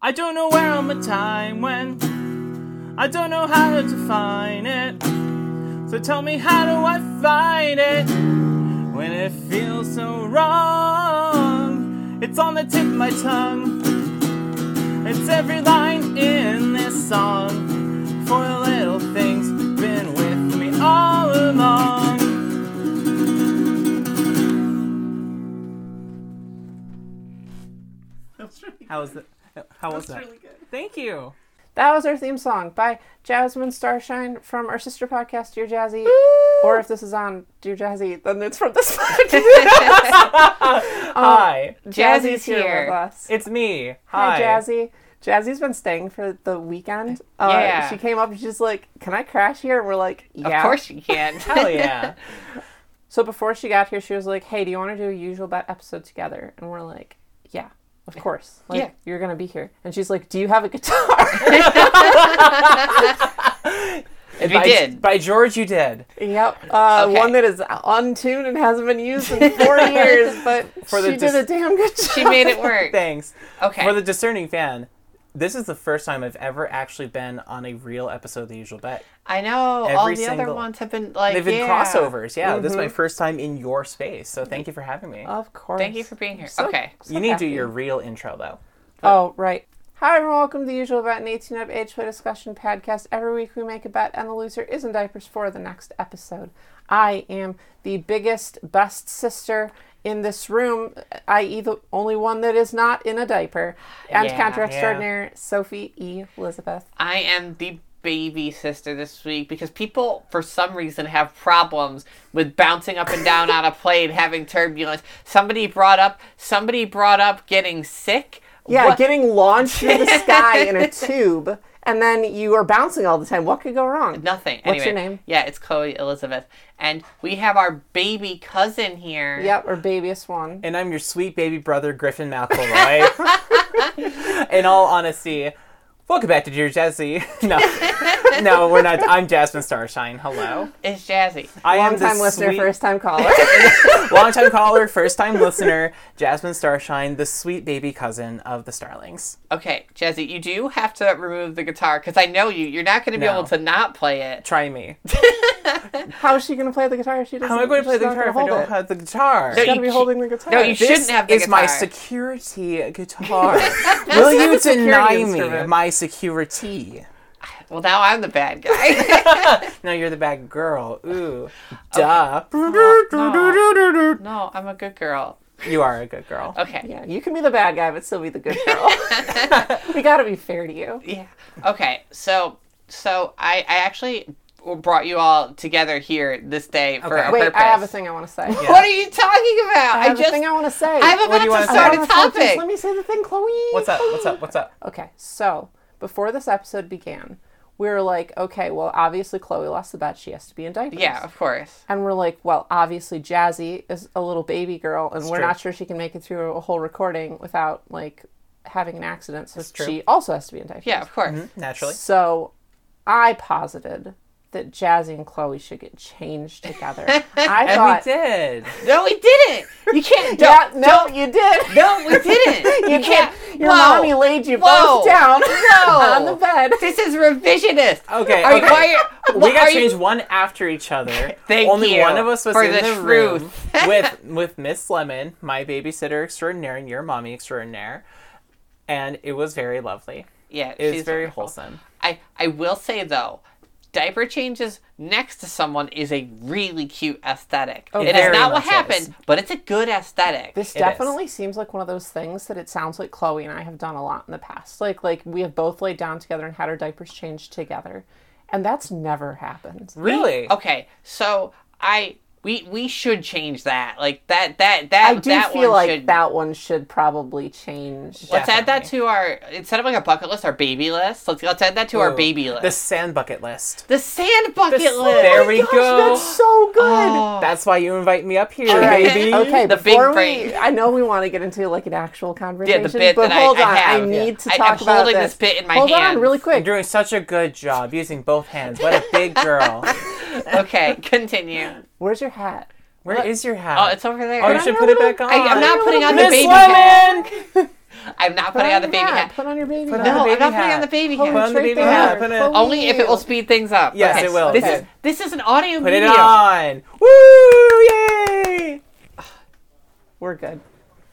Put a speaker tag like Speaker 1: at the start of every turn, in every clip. Speaker 1: I don't know where on my time went. I don't know how to define it. So tell me, how do I find it when it feels so wrong? It's on the tip of my tongue. It's every line in this song. For little things been with me all along.
Speaker 2: That's really,
Speaker 1: How was that? How was
Speaker 2: that's
Speaker 1: that?
Speaker 2: really good.
Speaker 1: Thank you.
Speaker 3: That was our theme song by Jasmine Starshine from our sister podcast, Dear Jazzy. Or if this is on Dear Jazzy, then it's from this podcast.
Speaker 1: Hi,
Speaker 3: Jazzy's
Speaker 4: Jazzy's
Speaker 3: here,
Speaker 4: here.
Speaker 3: with us.
Speaker 1: it's me.
Speaker 3: Hi,
Speaker 1: Hi,
Speaker 3: Jazzy. Jazzy's been staying for the weekend. Uh,
Speaker 4: Yeah.
Speaker 3: She came up and she's like, Can I crash here? And we're like, Yeah.
Speaker 4: Of course you can.
Speaker 1: Hell yeah.
Speaker 3: So before she got here, she was like, Hey, do you want to do a usual bet episode together? And we're like, Yeah, of course. Like,
Speaker 4: Yeah.
Speaker 3: you're going to be here. And she's like, Do you have a guitar?
Speaker 4: we
Speaker 1: By-
Speaker 4: did.
Speaker 1: By George, you did.
Speaker 3: Yep, uh,
Speaker 4: Okay.
Speaker 3: one that is untuned and hasn't been used in four years, but
Speaker 1: For the
Speaker 3: she did
Speaker 1: dis-
Speaker 3: a damn good job.
Speaker 4: She made it work.
Speaker 1: Thanks.
Speaker 4: Okay.
Speaker 1: For the discerning fan, this is the first time I've ever actually been on a real episode of The Usual Bet.
Speaker 4: I know. All
Speaker 1: Every
Speaker 4: the other
Speaker 1: single-
Speaker 4: ones have been like
Speaker 1: They've been
Speaker 4: yeah.
Speaker 1: crossovers. Yeah, this is
Speaker 3: Mm-hmm.
Speaker 1: my first time in your space. So thank you for having me.
Speaker 3: Of course.
Speaker 4: Thank you for being here.
Speaker 3: So-
Speaker 4: okay.
Speaker 3: Oh, so
Speaker 1: you need to do
Speaker 3: happy.
Speaker 1: your real intro though.
Speaker 3: Oh right. Hi everyone, welcome to the usual bet and 18 up age play discussion podcast. Every week we make a bet and the loser is in diapers for the next episode. I am the biggest, best sister in this room, i.e. the only one that is not in a diaper. And
Speaker 4: Yeah.
Speaker 3: counter
Speaker 4: Yeah.
Speaker 3: extraordinaire, Sophie E. Elizabeth.
Speaker 4: I am the baby sister this week because people for some reason have problems with bouncing up and down on a plane having turbulence. Somebody brought up somebody brought up getting sick.
Speaker 3: Yeah,
Speaker 4: What-
Speaker 3: getting launched through the sky in a tube and then you are bouncing all the time. What could go wrong?
Speaker 4: Nothing.
Speaker 3: What's your
Speaker 4: Anyway,
Speaker 3: name?
Speaker 4: Yeah, it's Chloe Elizabeth. And we have our baby cousin here.
Speaker 3: Yep, or babyest one.
Speaker 1: And I'm your sweet baby brother, Griffin McElroy. in all honesty, welcome back to Dear Jazzy. no, no, we're not. I'm Jasmine Starshine. Hello.
Speaker 4: It's Jazzy.
Speaker 1: I am
Speaker 3: Long time
Speaker 1: the
Speaker 3: listener,
Speaker 1: sweet-
Speaker 3: first time caller.
Speaker 1: Long time caller, first time listener, Jasmine Starshine, the sweet baby cousin of the Starlings.
Speaker 4: Okay, Jazzy, you do have to remove the guitar because I know you. You're not going to be
Speaker 1: No.
Speaker 4: able to not play it.
Speaker 1: Try me.
Speaker 3: How is she going to play the guitar if she doesn't?
Speaker 1: How am I going to play
Speaker 3: she's
Speaker 1: the
Speaker 3: not
Speaker 1: guitar if I
Speaker 3: gonna
Speaker 1: don't
Speaker 3: hold it?
Speaker 1: have the guitar?
Speaker 4: No,
Speaker 3: She's got to
Speaker 4: you
Speaker 3: be
Speaker 4: sh-
Speaker 3: holding the guitar.
Speaker 4: No, you
Speaker 1: This
Speaker 4: shouldn't have the
Speaker 1: is my
Speaker 4: guitar.
Speaker 1: security guitar. Will you
Speaker 3: security
Speaker 1: deny me
Speaker 3: instrument.
Speaker 1: my security?
Speaker 4: Well, now I'm the bad guy.
Speaker 1: No, you're the bad girl. Ooh, duh.
Speaker 4: no. no, I'm a good girl.
Speaker 1: You are a good girl.
Speaker 4: Okay.
Speaker 3: Yeah, you can be the bad guy, but still be the good girl. we got to be fair to you.
Speaker 4: Yeah. Okay. So so I I actually brought you all together here this day for
Speaker 1: Okay.
Speaker 4: a
Speaker 1: On
Speaker 3: Wait,
Speaker 4: purpose.
Speaker 3: I have a thing I want to say.
Speaker 4: What are you talking about?
Speaker 3: I have a thing I want to say.
Speaker 4: I'm
Speaker 1: do
Speaker 4: about
Speaker 1: you
Speaker 4: to
Speaker 1: wanna say?
Speaker 4: start
Speaker 3: I
Speaker 4: a
Speaker 3: wanna say- just
Speaker 4: topic.
Speaker 3: Let me say the thing, Chloe.
Speaker 1: What's up? What's up? What's up?
Speaker 3: Okay, so before this episode began, we were like, okay, well, obviously Chloe lost the bet. She has to be in diapers.
Speaker 4: Yeah, of course.
Speaker 3: And we're like, well, obviously Jazzy is a little baby girl, and we're
Speaker 1: true.
Speaker 3: not sure she can make it through a whole recording without like having an accident. So
Speaker 1: true.
Speaker 3: she also has to be in diapers.
Speaker 4: Yeah, of course.
Speaker 3: Mm-hmm.
Speaker 1: Naturally.
Speaker 3: So I posited that Jazzy and Chloe should get changed together. I
Speaker 1: And
Speaker 3: thought.
Speaker 1: we did.
Speaker 4: No, we didn't. You can't. Don't,
Speaker 3: Yeah, no, you did.
Speaker 4: No, we didn't.
Speaker 3: You can't. Your
Speaker 4: Whoa.
Speaker 3: mommy laid you
Speaker 4: Whoa.
Speaker 3: both down
Speaker 4: Whoa.
Speaker 3: on the bed.
Speaker 4: This is revisionist.
Speaker 1: Okay,
Speaker 4: Are
Speaker 1: okay.
Speaker 4: You, why are,
Speaker 1: We got
Speaker 4: are you-
Speaker 1: changed one after each other.
Speaker 4: Thank
Speaker 1: Only
Speaker 4: you
Speaker 1: one of us was
Speaker 4: for
Speaker 1: in
Speaker 4: the
Speaker 1: the, room
Speaker 4: truth.
Speaker 1: with with Miss Lemon, my babysitter extraordinaire, and your mommy extraordinaire, and it was very lovely.
Speaker 4: yeah,
Speaker 1: It was
Speaker 4: she's
Speaker 1: very
Speaker 4: wonderful.
Speaker 1: wholesome.
Speaker 4: I I will say though, diaper changes next to someone is a really cute aesthetic. it is
Speaker 1: Oh, very
Speaker 4: not
Speaker 1: much
Speaker 4: what
Speaker 1: is.
Speaker 4: happened, but it's a good aesthetic.
Speaker 3: This
Speaker 1: It is.
Speaker 3: definitely seems like one of those things that it sounds like Chloe and I have done a lot in the past. Like like we have both laid down together and had our diapers changed together. And that's never happened.
Speaker 1: Really?
Speaker 4: okay, so I we we should change that. Like that that that
Speaker 3: I do
Speaker 4: that
Speaker 3: feel
Speaker 4: one
Speaker 3: like
Speaker 4: should.
Speaker 3: that one should probably change.
Speaker 4: Let's add that
Speaker 1: Definitely.
Speaker 4: to our instead of like a bucket list, our baby list. Let's let's add that to our
Speaker 1: Ooh,
Speaker 4: baby list.
Speaker 1: The sand bucket list.
Speaker 4: the sand bucket
Speaker 1: The-
Speaker 4: list. Oh
Speaker 1: there we
Speaker 3: Gosh,
Speaker 1: go.
Speaker 3: that's so good.
Speaker 1: That's why you invite me up here,
Speaker 3: All right.
Speaker 1: baby.
Speaker 3: Okay,
Speaker 4: The big
Speaker 3: before
Speaker 4: brain.
Speaker 3: we, I know we want to get into like an actual conversation,
Speaker 4: bit
Speaker 3: but
Speaker 4: that I-
Speaker 3: hold
Speaker 4: I
Speaker 3: on,
Speaker 4: have.
Speaker 3: need to
Speaker 4: I- I'm
Speaker 3: talk about
Speaker 4: holding
Speaker 3: this.
Speaker 4: this bit in my
Speaker 3: hold
Speaker 4: hands.
Speaker 3: on, really
Speaker 1: You're
Speaker 3: quick.
Speaker 1: doing such a good job using both hands. What a big girl.
Speaker 4: Okay, continue.
Speaker 3: Where's your hat?
Speaker 1: Where is your hat?
Speaker 4: Oh, it's over there.
Speaker 1: Oh, you
Speaker 3: on
Speaker 1: should
Speaker 3: your
Speaker 1: put it
Speaker 3: little-
Speaker 1: back on.
Speaker 4: I, am not putting on the
Speaker 1: Miss
Speaker 4: baby
Speaker 1: Lemon!
Speaker 4: hat. I'm not putting on the
Speaker 3: your
Speaker 4: baby
Speaker 3: hat.
Speaker 4: hat.
Speaker 3: Put on your baby
Speaker 1: Put
Speaker 3: hat.
Speaker 1: on
Speaker 4: No,
Speaker 1: the
Speaker 4: I'm
Speaker 1: baby
Speaker 4: not putting on
Speaker 1: hat.
Speaker 4: the baby
Speaker 3: Hold
Speaker 4: hat.
Speaker 1: on the
Speaker 3: right
Speaker 1: baby
Speaker 3: there.
Speaker 1: hat, put it-
Speaker 3: Believe.
Speaker 4: Only if it will speed things up.
Speaker 1: Yes, it will.
Speaker 4: This
Speaker 1: Okay.
Speaker 4: is this is an audio
Speaker 1: Put it
Speaker 4: medium.
Speaker 1: on. Woo! Yay!
Speaker 3: We're good.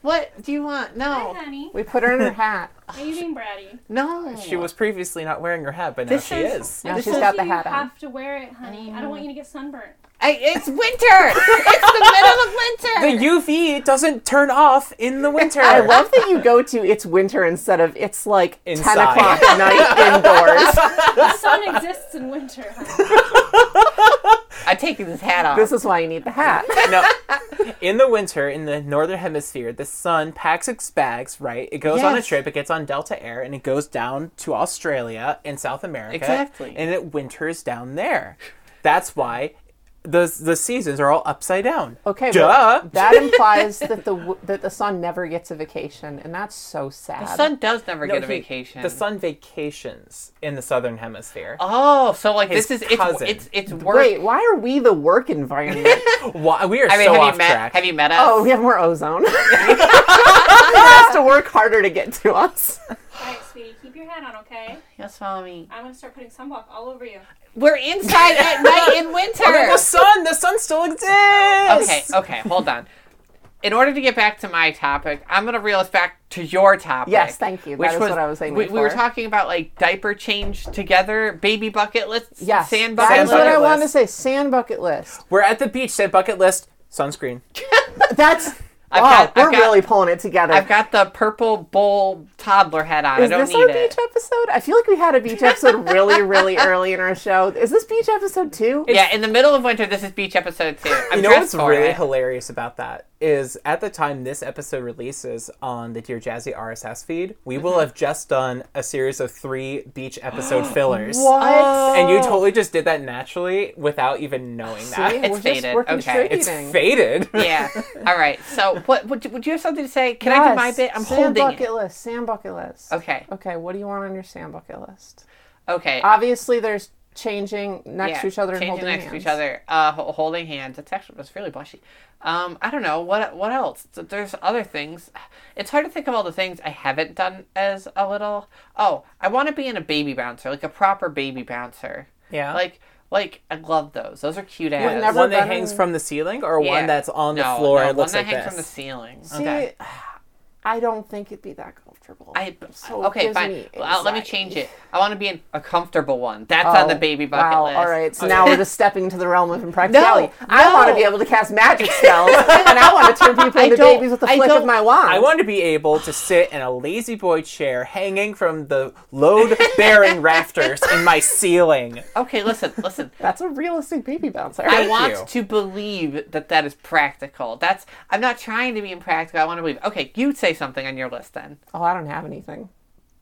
Speaker 4: What do you want? No,
Speaker 2: Hi, honey.
Speaker 3: We put her in her hat.
Speaker 2: Are you being bratty?
Speaker 4: no.
Speaker 1: She was previously not wearing her hat, but now
Speaker 4: This
Speaker 1: she
Speaker 4: is-
Speaker 1: is.
Speaker 3: Now
Speaker 2: I
Speaker 3: she's
Speaker 2: told
Speaker 3: got the
Speaker 2: you
Speaker 3: hat
Speaker 2: You
Speaker 3: on.
Speaker 2: have to wear it, honey. I don't want you to get sunburned.
Speaker 4: I, it's winter. it's the
Speaker 1: The
Speaker 4: middle of winter.
Speaker 1: UV doesn't turn off in the winter.
Speaker 3: I love that you go to it's winter instead of it's like ten
Speaker 1: Inside.
Speaker 3: o'clock at night indoors.
Speaker 2: The sun exists in winter, honey.
Speaker 4: I'm taking this hat off.
Speaker 3: This is why you need the hat.
Speaker 1: no. In the winter, in the northern hemisphere, the sun packs its bags, right? It goes on a
Speaker 4: Yes.
Speaker 1: trip, it gets on Delta Air, and it goes down to Australia and South America.
Speaker 4: Exactly.
Speaker 1: And it winters down there. That's why the, the seasons are all upside down.
Speaker 3: Okay,
Speaker 1: Duh.
Speaker 3: but that implies that the w- that the sun never gets a vacation, and that's so sad.
Speaker 4: the sun does never
Speaker 1: No,
Speaker 4: get a
Speaker 1: he-
Speaker 4: vacation.
Speaker 1: The sun vacations in the southern hemisphere.
Speaker 4: Oh, so like
Speaker 1: His
Speaker 4: this is it's,
Speaker 1: cousin.
Speaker 4: it's it's work.
Speaker 3: Wait, why are we the work environment?
Speaker 1: Why, we are
Speaker 4: I mean,
Speaker 1: so
Speaker 4: have
Speaker 1: off
Speaker 4: you met?
Speaker 1: track.
Speaker 4: Have you met us?
Speaker 3: oh, we have more ozone. it has to work harder to get to us.
Speaker 2: All right, sweetie, keep your hat on, okay?
Speaker 4: Yes, mommy.
Speaker 2: I'm gonna start putting sunblock all over you.
Speaker 4: We're inside at night in
Speaker 1: the
Speaker 4: winter.
Speaker 1: sun, the sun still
Speaker 4: okay,
Speaker 1: exists.
Speaker 4: okay, hold on. In order to get back to my topic, I'm gonna reel us back to your topic.
Speaker 3: Yes, thank you. That is what I was aiming
Speaker 4: we, we were
Speaker 3: for.
Speaker 4: talking about like diaper change together, baby bucket lists,
Speaker 3: Yes,
Speaker 4: sand
Speaker 3: that
Speaker 4: bucket
Speaker 3: is what I
Speaker 1: list.
Speaker 3: wanted to say. Sand bucket list.
Speaker 1: We're at the beach. Said bucket list. Sunscreen.
Speaker 3: That's
Speaker 4: I've
Speaker 3: wow,
Speaker 4: got- I've
Speaker 3: we're
Speaker 4: got-
Speaker 3: really pulling it together.
Speaker 4: I've got the purple bowl toddler head on.
Speaker 3: is
Speaker 4: I don't
Speaker 3: this
Speaker 4: need
Speaker 3: our
Speaker 4: it.
Speaker 3: beach episode? I feel like we had a beach episode really, really early in our show. Is this beach episode two?
Speaker 4: yeah, in the middle of winter, this is beach episode two. I'm
Speaker 1: you know what's
Speaker 4: dressed for
Speaker 1: really
Speaker 4: it.
Speaker 1: hilarious about that is at the time this episode releases on the Dear Jazzy RSS feed, we
Speaker 4: Mm-hmm.
Speaker 1: will have just done a series of three beach episode fillers.
Speaker 3: What?
Speaker 1: And you totally just did that naturally without even knowing
Speaker 3: See,
Speaker 1: that.
Speaker 3: we're just
Speaker 4: faded.
Speaker 3: working
Speaker 4: Okay.
Speaker 3: straight
Speaker 1: It's
Speaker 3: eating.
Speaker 1: faded.
Speaker 4: yeah. All right. So, what would you, would you have something to say? Can I do my
Speaker 3: Yes,
Speaker 4: bit? I'm
Speaker 3: sand
Speaker 4: holding
Speaker 3: bucket
Speaker 4: it.
Speaker 3: list. Sand bucket list.
Speaker 4: Okay.
Speaker 3: Okay. What do you want on your sand bucket list?
Speaker 4: Okay.
Speaker 3: Obviously, there's changing next
Speaker 4: Yeah,
Speaker 3: to each other and
Speaker 4: changing
Speaker 3: holding
Speaker 4: next
Speaker 3: hands.
Speaker 4: to each other, uh, ho- holding hands. It's actually it's really blushy. Um, I don't know what what else. Th- There's other things. It's hard to think of all the things I haven't done as a little. Oh, I want to be in a baby bouncer, like a proper baby bouncer.
Speaker 1: Yeah.
Speaker 4: Like like I love those. Those are cute ass.
Speaker 3: We've never
Speaker 1: one that
Speaker 3: done
Speaker 1: hangs
Speaker 3: in-
Speaker 1: from the ceiling or
Speaker 4: Yeah.
Speaker 1: one that's on the
Speaker 4: No,
Speaker 1: floor
Speaker 4: no,
Speaker 1: and looks
Speaker 4: one
Speaker 1: like
Speaker 4: that hangs
Speaker 1: this.
Speaker 4: from the ceiling.
Speaker 3: See,
Speaker 1: Okay.
Speaker 3: I don't think it'd be that comfortable.
Speaker 4: I
Speaker 3: So it
Speaker 4: okay,
Speaker 3: gives
Speaker 4: fine.
Speaker 3: me
Speaker 4: Well, let me
Speaker 3: anxiety.
Speaker 4: change it. I want to be in a comfortable one. That's on the
Speaker 3: Oh,
Speaker 4: baby bucket
Speaker 3: wow,
Speaker 4: list. Oh,
Speaker 3: All right, so
Speaker 1: Okay.
Speaker 3: now we're just stepping into the realm of impracticality.
Speaker 4: No,
Speaker 3: I
Speaker 4: no.
Speaker 3: want to be able to cast magic spells, and I want to turn people
Speaker 4: I
Speaker 3: into
Speaker 4: don't-
Speaker 3: babies with the
Speaker 4: I
Speaker 3: flick of
Speaker 4: don't-
Speaker 3: my wand.
Speaker 1: I want to be able to sit in a lazy boy chair hanging from the load bearing rafters in my ceiling.
Speaker 4: Okay, listen, listen.
Speaker 3: That's a realistic baby bouncer.
Speaker 4: I want
Speaker 1: you.
Speaker 4: to believe that that is practical. That's I'm not trying to be impractical. I want to believe. Okay, you say something on your list then.
Speaker 3: oh, I don't have anything.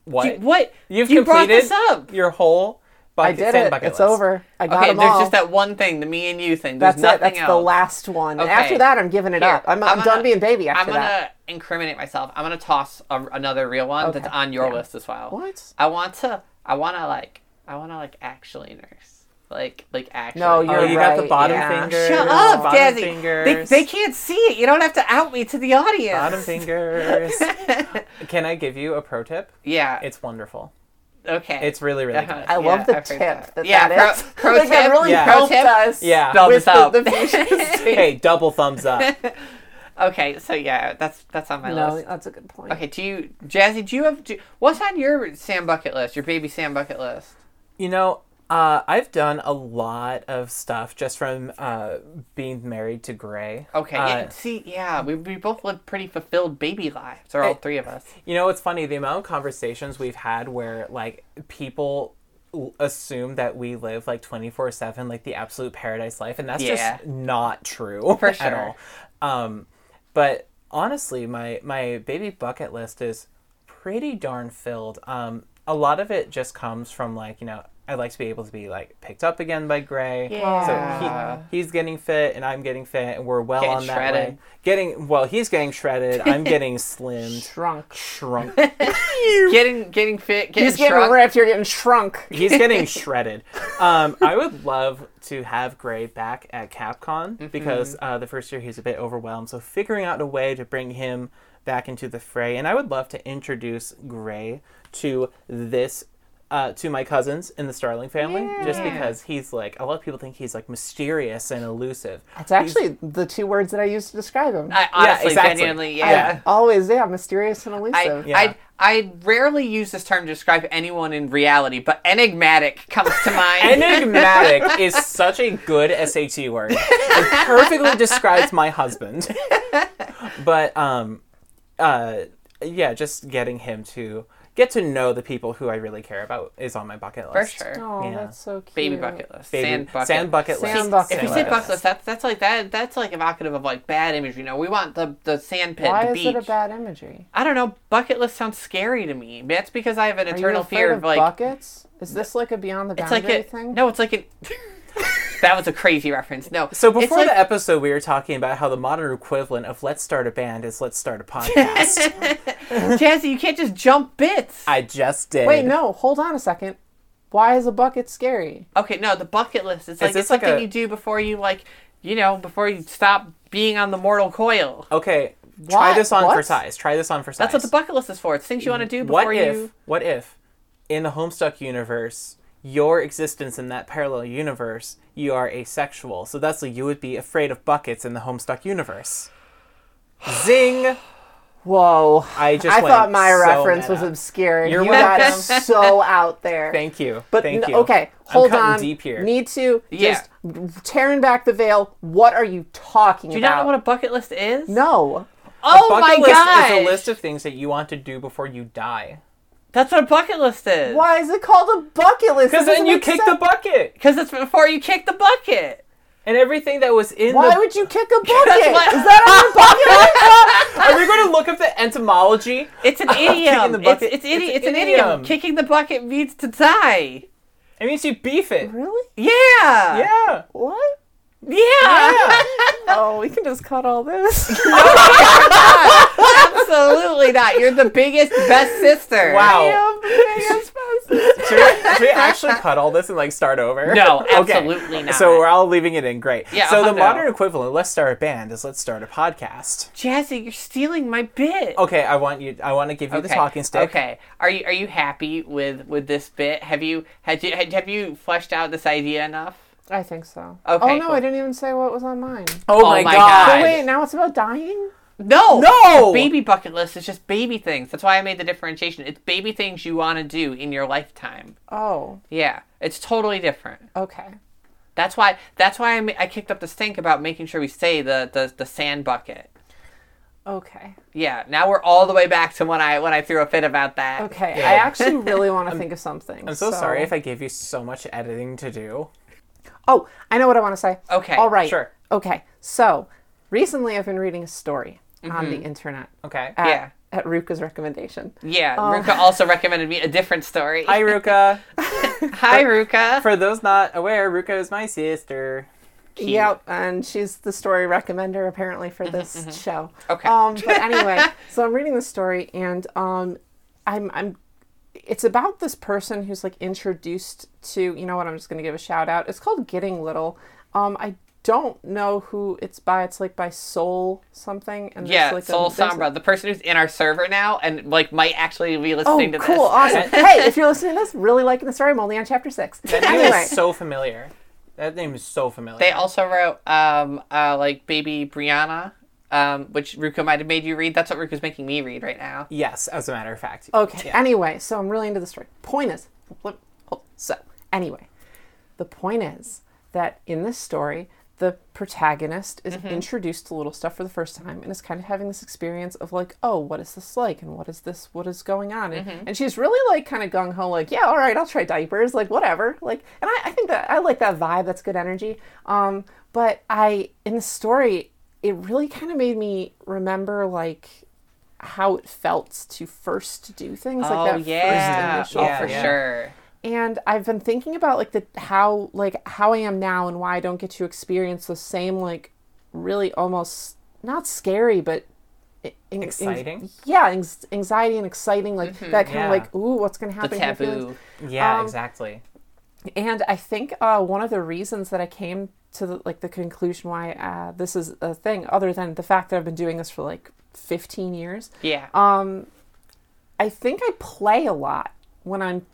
Speaker 1: What?
Speaker 4: You- what?
Speaker 1: You've
Speaker 4: you brought
Speaker 1: completed
Speaker 4: this up.
Speaker 1: your whole
Speaker 3: I
Speaker 1: bucket,
Speaker 3: did
Speaker 1: sand
Speaker 3: it.
Speaker 1: bucket
Speaker 3: It's
Speaker 1: list.
Speaker 3: over. I got
Speaker 4: Okay,
Speaker 3: them
Speaker 4: there's
Speaker 3: all.
Speaker 4: just that one thing, the me and you thing. There's
Speaker 3: That's it. That's
Speaker 4: nothing else.
Speaker 3: the last one. And
Speaker 4: Okay.
Speaker 3: after that, I'm giving it
Speaker 4: Here,
Speaker 3: up. I'm, I'm,
Speaker 4: I'm
Speaker 3: done
Speaker 4: gonna-
Speaker 3: being baby after
Speaker 4: I'm gonna
Speaker 3: that.
Speaker 4: incriminate myself. I'm gonna toss a, another real one
Speaker 3: Okay,
Speaker 4: that's on your
Speaker 3: yeah.
Speaker 4: list as well.
Speaker 3: What?
Speaker 4: I want to. I want to like. I want to like actually nurse. Like like actually.
Speaker 3: No, you're
Speaker 1: Oh, you got the
Speaker 3: right,
Speaker 1: bottom
Speaker 3: yeah.
Speaker 1: finger.
Speaker 4: Shut up,
Speaker 1: bottom
Speaker 4: Daddy. They,
Speaker 1: Fingers,
Speaker 4: they can't see it. You don't have to out me to the audience.
Speaker 1: Bottom fingers. Can I give you a pro tip?
Speaker 4: yeah.
Speaker 1: It's wonderful.
Speaker 4: okay.
Speaker 1: It's really, really good.
Speaker 3: I
Speaker 4: Yeah,
Speaker 3: love the
Speaker 4: I've
Speaker 3: tip
Speaker 4: heard that.
Speaker 3: that,
Speaker 4: Yeah,
Speaker 3: that
Speaker 4: pro-
Speaker 3: is.
Speaker 4: pro
Speaker 3: Like, that
Speaker 4: tip.
Speaker 3: really
Speaker 1: Yeah.
Speaker 3: helped
Speaker 4: Pro tip.
Speaker 3: us.
Speaker 1: Yeah.
Speaker 4: Thumbs
Speaker 3: With the,
Speaker 4: up.
Speaker 3: the fishes.
Speaker 1: hey, double thumbs up.
Speaker 4: okay, so yeah, that's that's on my
Speaker 3: no,
Speaker 4: list.
Speaker 3: that's a good point.
Speaker 4: Okay, do you, Jazzy? Do you have do, what's on your sand bucket list? Your baby sand bucket list?
Speaker 1: You know, uh, I've done a lot of stuff just from uh, being married to Gray.
Speaker 4: Okay,
Speaker 1: Uh,
Speaker 4: yeah, see, yeah, we, we both live pretty fulfilled baby lives, or all
Speaker 1: Hey.
Speaker 4: three of us.
Speaker 1: You know, it's funny the amount of conversations we've had where like people l- assume that we live like 24/7 like the absolute paradise life and that's
Speaker 4: Yeah.
Speaker 1: just not true
Speaker 4: For
Speaker 1: at
Speaker 4: sure.
Speaker 1: all. Um but honestly, my my baby bucket list is pretty darn filled. Um a lot of it just comes from like, you know, I'd like to be able to be like picked up again by Gray.
Speaker 4: Yeah.
Speaker 1: So he, he's getting fit and I'm getting fit and we're well
Speaker 4: Getting
Speaker 1: on that
Speaker 4: shredded.
Speaker 1: way. Getting well, he's getting shredded, I'm getting slimmed
Speaker 3: Shrunk.
Speaker 1: shrunk.
Speaker 4: Getting getting fit, getting
Speaker 3: He's getting
Speaker 4: shrunk.
Speaker 3: ripped. You're getting shrunk.
Speaker 1: He's getting shredded. Um, I would love to have Gray back at Capcom because uh, the first year he was a bit overwhelmed. So figuring out a way to bring him back into the fray. And I would love to introduce Gray to this. Uh, to my cousins in the Starling family, just
Speaker 3: Yeah.
Speaker 1: because he's like a lot of people think he's like mysterious and elusive.
Speaker 3: It's actually the two words that I use to describe him.
Speaker 4: I honestly,
Speaker 1: exactly.
Speaker 4: genuinely,
Speaker 1: I-
Speaker 4: yeah.
Speaker 3: I always, yeah, mysterious and elusive.
Speaker 4: I,
Speaker 1: Yeah.
Speaker 4: I, I rarely use this term to describe anyone in reality, but enigmatic comes to mind.
Speaker 1: Enigmatic is such a good SAT word. It perfectly describes my husband. But um uh yeah, just getting him to get to know the people who I really care about is on my bucket
Speaker 4: For
Speaker 1: list.
Speaker 4: sure.
Speaker 3: Oh,
Speaker 1: Yeah.
Speaker 3: that's so cute.
Speaker 4: Baby bucket list.
Speaker 1: Baby-
Speaker 4: Sand bucket.
Speaker 1: sand bucket list.
Speaker 3: Sand bucket
Speaker 4: If you
Speaker 3: list.
Speaker 4: say bucket list, that's that's like that. That's like evocative of like bad imagery. You know, we want the the sand pit,
Speaker 3: Why
Speaker 4: the
Speaker 3: is
Speaker 4: beach.
Speaker 3: it a bad imagery?
Speaker 4: I don't know. Bucket list sounds scary to me. That's because I have an
Speaker 3: Are you
Speaker 4: eternal
Speaker 3: afraid
Speaker 4: fear
Speaker 3: of,
Speaker 4: of like
Speaker 3: buckets? Is this like a beyond the
Speaker 4: it's like
Speaker 3: boundary
Speaker 4: a
Speaker 3: thing?
Speaker 4: no. It's like an. that was a crazy reference. No.
Speaker 1: So
Speaker 4: it's
Speaker 1: before
Speaker 4: like-
Speaker 1: the episode, we were talking about how the modern equivalent of "Let's start a band" is "Let's start a podcast."
Speaker 4: Jazzy, you can't just jump bits.
Speaker 1: I just did.
Speaker 3: Wait, no, hold on a second. Why is a bucket scary?
Speaker 4: Okay, no, the bucket list. It's like
Speaker 1: this
Speaker 4: it's something
Speaker 1: like a-
Speaker 4: you do before you like, you know, before you stop being on the mortal coil.
Speaker 1: Okay, try
Speaker 3: What?
Speaker 1: this on for
Speaker 3: What?
Speaker 1: size. Try this on for size.
Speaker 4: That's what the bucket list is for. It's things you want to do before
Speaker 1: What if?
Speaker 4: you.
Speaker 1: What if, in the Homestuck universe, your existence in that parallel universe, you are asexual? So that's like you would be afraid of buckets in the Homestuck universe. Zing!
Speaker 3: Whoa.
Speaker 1: I just.
Speaker 3: I
Speaker 1: went
Speaker 3: thought my
Speaker 1: so
Speaker 3: reference
Speaker 1: meta.
Speaker 3: was obscure.
Speaker 1: You're
Speaker 3: you got
Speaker 1: welcome.
Speaker 3: so out there.
Speaker 1: Thank you.
Speaker 3: but
Speaker 1: thank
Speaker 3: n-
Speaker 1: you.
Speaker 3: okay, hold
Speaker 1: I'm cutting
Speaker 3: on.
Speaker 1: Deep here.
Speaker 3: Need to
Speaker 4: Yeah.
Speaker 3: just tearing back the veil. What are you talking
Speaker 4: Do you not
Speaker 3: about?
Speaker 4: know what a bucket list is?
Speaker 3: no.
Speaker 4: Oh
Speaker 1: Bucket
Speaker 4: my
Speaker 1: list
Speaker 4: god!
Speaker 1: is a list of things that you want to do before you die.
Speaker 4: That's what a bucket list is.
Speaker 3: Why is it called a bucket list?
Speaker 1: Because
Speaker 3: It
Speaker 1: then
Speaker 3: doesn't
Speaker 1: you
Speaker 3: make
Speaker 1: kick
Speaker 3: sense.
Speaker 1: the bucket,
Speaker 4: Because it's before you kick the bucket.
Speaker 1: and everything that was in
Speaker 3: Why
Speaker 1: the.
Speaker 3: would you kick a bucket?
Speaker 4: what-
Speaker 3: Is that on your bucket?
Speaker 1: Are we going to look up the entomology?
Speaker 4: It's an
Speaker 1: Kicking
Speaker 4: idiom.
Speaker 1: the
Speaker 4: It's,
Speaker 1: bucket-
Speaker 4: it's,
Speaker 1: it's
Speaker 4: idi-
Speaker 1: an
Speaker 4: it's an
Speaker 1: idiom.
Speaker 4: idiom. Kicking the bucket means to die.
Speaker 1: It means you beef it.
Speaker 3: really?
Speaker 4: Yeah.
Speaker 1: Yeah.
Speaker 3: What?
Speaker 4: Yeah.
Speaker 1: Yeah.
Speaker 3: Oh, we can just cut all this.
Speaker 4: Absolutely not. You're the biggest best sister.
Speaker 1: Wow. Oh.
Speaker 3: Damn,
Speaker 1: should, we, should we actually cut all this and like start over?
Speaker 4: No, absolutely not.
Speaker 1: So we're all leaving it in great.
Speaker 4: Yeah, uh-huh.
Speaker 1: so the
Speaker 4: no.
Speaker 1: modern equivalent, let's start a band, is let's start a podcast.
Speaker 4: Jazzy, you're stealing my bit.
Speaker 1: Okay, I want you. I want to give you Oh, the talking stick.
Speaker 4: Okay. Are you are you happy with with this bit? Have you had you had, have you fleshed out this idea enough?
Speaker 3: I think so.
Speaker 4: Okay,
Speaker 3: oh no,
Speaker 4: cool.
Speaker 3: I didn't even say what was on mine.
Speaker 1: Oh,
Speaker 4: Oh
Speaker 1: my
Speaker 4: my
Speaker 1: god.
Speaker 4: God.
Speaker 3: Oh wait, now it's about dying.
Speaker 4: No.
Speaker 1: No!
Speaker 4: Baby bucket list is just baby things. That's why I made the differentiation. It's baby things you want to do in your lifetime.
Speaker 3: Oh,
Speaker 4: Yeah. It's totally different.
Speaker 3: okay.
Speaker 4: That's why that's why I, ma- I kicked up the stink about making sure we say the the, the sand bucket.
Speaker 3: Okay.
Speaker 4: Yeah, now we're all the way back to when I when I threw a fit about that.
Speaker 3: Okay. I actually really want to think of something.
Speaker 1: I'm so, sorry if I gave you so much editing to do.
Speaker 3: Oh, I know what I want to say.
Speaker 4: Okay,
Speaker 3: All right.
Speaker 1: sure.
Speaker 3: Okay. So recently I've been reading a story on
Speaker 1: Mm-hmm.
Speaker 3: the internet.
Speaker 1: Okay.
Speaker 3: At,
Speaker 4: Yeah.
Speaker 3: At Ruka's recommendation.
Speaker 4: Yeah,
Speaker 3: Um,
Speaker 4: Ruka also recommended me a different story.
Speaker 1: Hi, Ruka.
Speaker 4: Hi Ruka.
Speaker 1: For those not aware, Ruka is my sister.
Speaker 3: Yep, and she's the story recommender apparently for this show.
Speaker 4: Mm-hmm, Okay.
Speaker 3: Um, but anyway, so I'm reading the story, and um, I'm I'm. It's about this person who's like introduced to. You know what? I'm just gonna give a shout out. It's called Getting Little. Um, I don't know who it's by. It's like by Soul something. And there's,
Speaker 4: yeah,
Speaker 3: like
Speaker 4: Soul
Speaker 3: there's
Speaker 4: Sombra, the person who's in our server now and like might actually be listening
Speaker 3: Oh,
Speaker 4: to
Speaker 3: cool!
Speaker 4: this.
Speaker 3: Awesome. hey, if you're listening to this, really liking the story. I'm only on chapter six.
Speaker 1: That name
Speaker 3: anyway,
Speaker 1: is so familiar. That name is so familiar.
Speaker 4: They also wrote um uh like Baby Brianna, um, which Ruka might have made you read. That's what Ruka's making me read right now.
Speaker 1: yes, as a matter of fact.
Speaker 3: Okay. Anyway, so I'm really into the story. Point is, flip- hold- so anyway, the point is that in this story, the protagonist is
Speaker 4: Mm-hmm.
Speaker 3: introduced to little stuff for the first time and is kind of having this experience of like, oh, what is this like? And what is this? What is going on? And,
Speaker 4: Mm-hmm.
Speaker 3: and she's really like kind of gung ho, like, yeah, all right, I'll try diapers, like, whatever. Like, and I, I think that I like that vibe. That's good energy. Um, but I, in the story, it really kind of made me remember like how it felt to first do things like
Speaker 4: oh
Speaker 3: that
Speaker 4: yeah,
Speaker 3: first
Speaker 4: oh
Speaker 3: initial
Speaker 1: yeah,
Speaker 4: for
Speaker 1: yeah.
Speaker 4: sure.
Speaker 3: and i've been thinking about like the how like how i am now and why i don't get to experience the same like really almost not scary but i- in- in-
Speaker 1: Exciting?
Speaker 3: yeah anx- anxiety and exciting like that kind
Speaker 1: yeah.
Speaker 3: of like ooh what's gonna
Speaker 4: The
Speaker 3: happen here feelings.
Speaker 4: taboo.
Speaker 1: Yeah,
Speaker 3: Um,
Speaker 1: exactly.
Speaker 3: and I think uh, one of the reasons that I came to the, like the conclusion why uh, this is a thing, other than the fact that I've been doing this for like 15 years.
Speaker 4: Yeah.
Speaker 3: Um, I think I play a lot when I'm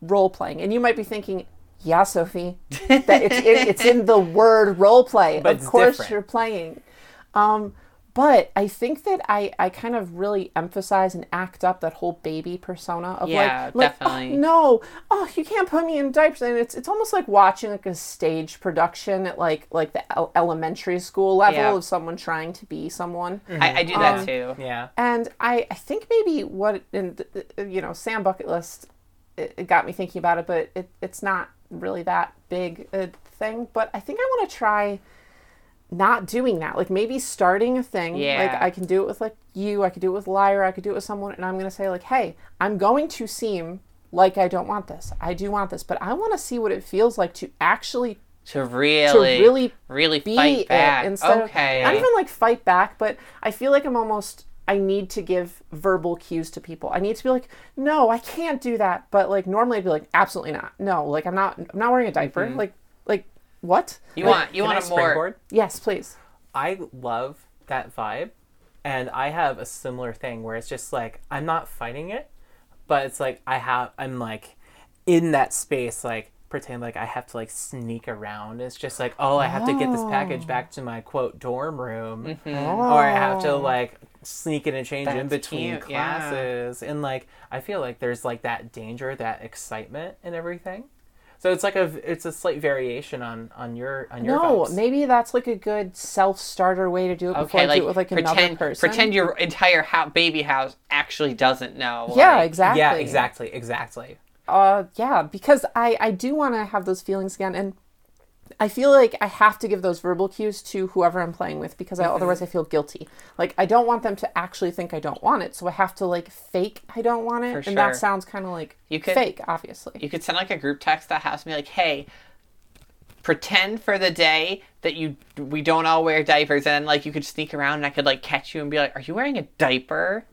Speaker 3: role playing, and you might be thinking, "Yeah, Sophie, that it's it, it's in the word role play.
Speaker 4: But
Speaker 3: of
Speaker 4: it's
Speaker 3: course,
Speaker 4: different.
Speaker 3: you're playing." Um, but I think that I I kind of really emphasize and act up that whole baby persona of
Speaker 4: Yeah,
Speaker 3: like, like, "Oh,
Speaker 4: definitely.
Speaker 3: no, oh, you can't put me in diapers, and it's it's almost like watching like a stage production at like like the el- elementary school level
Speaker 4: Yeah.
Speaker 3: of someone trying to be someone.
Speaker 4: I, I do that
Speaker 3: Um,
Speaker 4: too.
Speaker 1: Yeah.
Speaker 3: And I, I think maybe what, and th- th- you know, Sam Bucket List, it, it got me thinking about it, but it, it's not really that big a thing. But I think I want to try not doing that. Like maybe starting a thing.
Speaker 4: Yeah.
Speaker 3: Like I can do it with like you, I could do it with Liar, I could do it with someone, and I'm going to say, like, hey, I'm going to seem like I don't want this. I do want this, but I want to see what it feels like to actually
Speaker 4: To really,
Speaker 3: really
Speaker 4: really
Speaker 3: be
Speaker 4: fight
Speaker 3: it
Speaker 4: back.
Speaker 3: instead
Speaker 4: okay.
Speaker 3: of not even like fight back, but I feel like I'm almost I need to give verbal cues to people. I need to be like, no, I can't do that. But like normally I'd be like, absolutely not. No, like I'm not I'm not wearing a diaper.
Speaker 4: Mm-hmm.
Speaker 3: Like like what?
Speaker 4: you
Speaker 3: Like,
Speaker 4: want, you
Speaker 1: Can I
Speaker 4: want a more.
Speaker 1: springboard?
Speaker 3: Yes, please.
Speaker 1: I love that vibe. And I have a similar thing where it's just like I'm not fighting it, but it's like I have I'm like in that space like pretend like I have to like sneak around. It's just like, oh, I have to get this package back to my quote dorm room or I have to like sneak in and change in
Speaker 4: Mm-hmm. Oh. That's
Speaker 1: between
Speaker 4: cute, yeah.
Speaker 1: classes. And like I feel like there's like that danger, that excitement and everything. So it's like a it's a slight variation on on your on your
Speaker 3: No,
Speaker 1: vibes.
Speaker 3: maybe that's like a good self starter way to do it before
Speaker 4: Okay,
Speaker 3: I
Speaker 4: like,
Speaker 3: do it with like another
Speaker 4: pretend,
Speaker 3: person.
Speaker 4: pretend your entire house, baby house actually doesn't know.
Speaker 3: yeah,
Speaker 4: like-
Speaker 3: exactly.
Speaker 1: Yeah, exactly, exactly.
Speaker 3: uh yeah because i i do want to have those feelings again and i feel like i have to give those verbal cues to whoever i'm playing with because
Speaker 4: Mm-hmm.
Speaker 3: I, otherwise i feel guilty like i don't want them to actually think i don't want it so i have to like fake i don't want it
Speaker 4: For
Speaker 3: and
Speaker 4: sure.
Speaker 3: that sounds kind of like
Speaker 4: You could-
Speaker 3: fake obviously
Speaker 4: You could send like a group text to the house and be like, "Hey, pretend for the day that you we don't all wear diapers." And then, like you could sneak around and I could like catch you and be like, "Are you wearing a diaper?"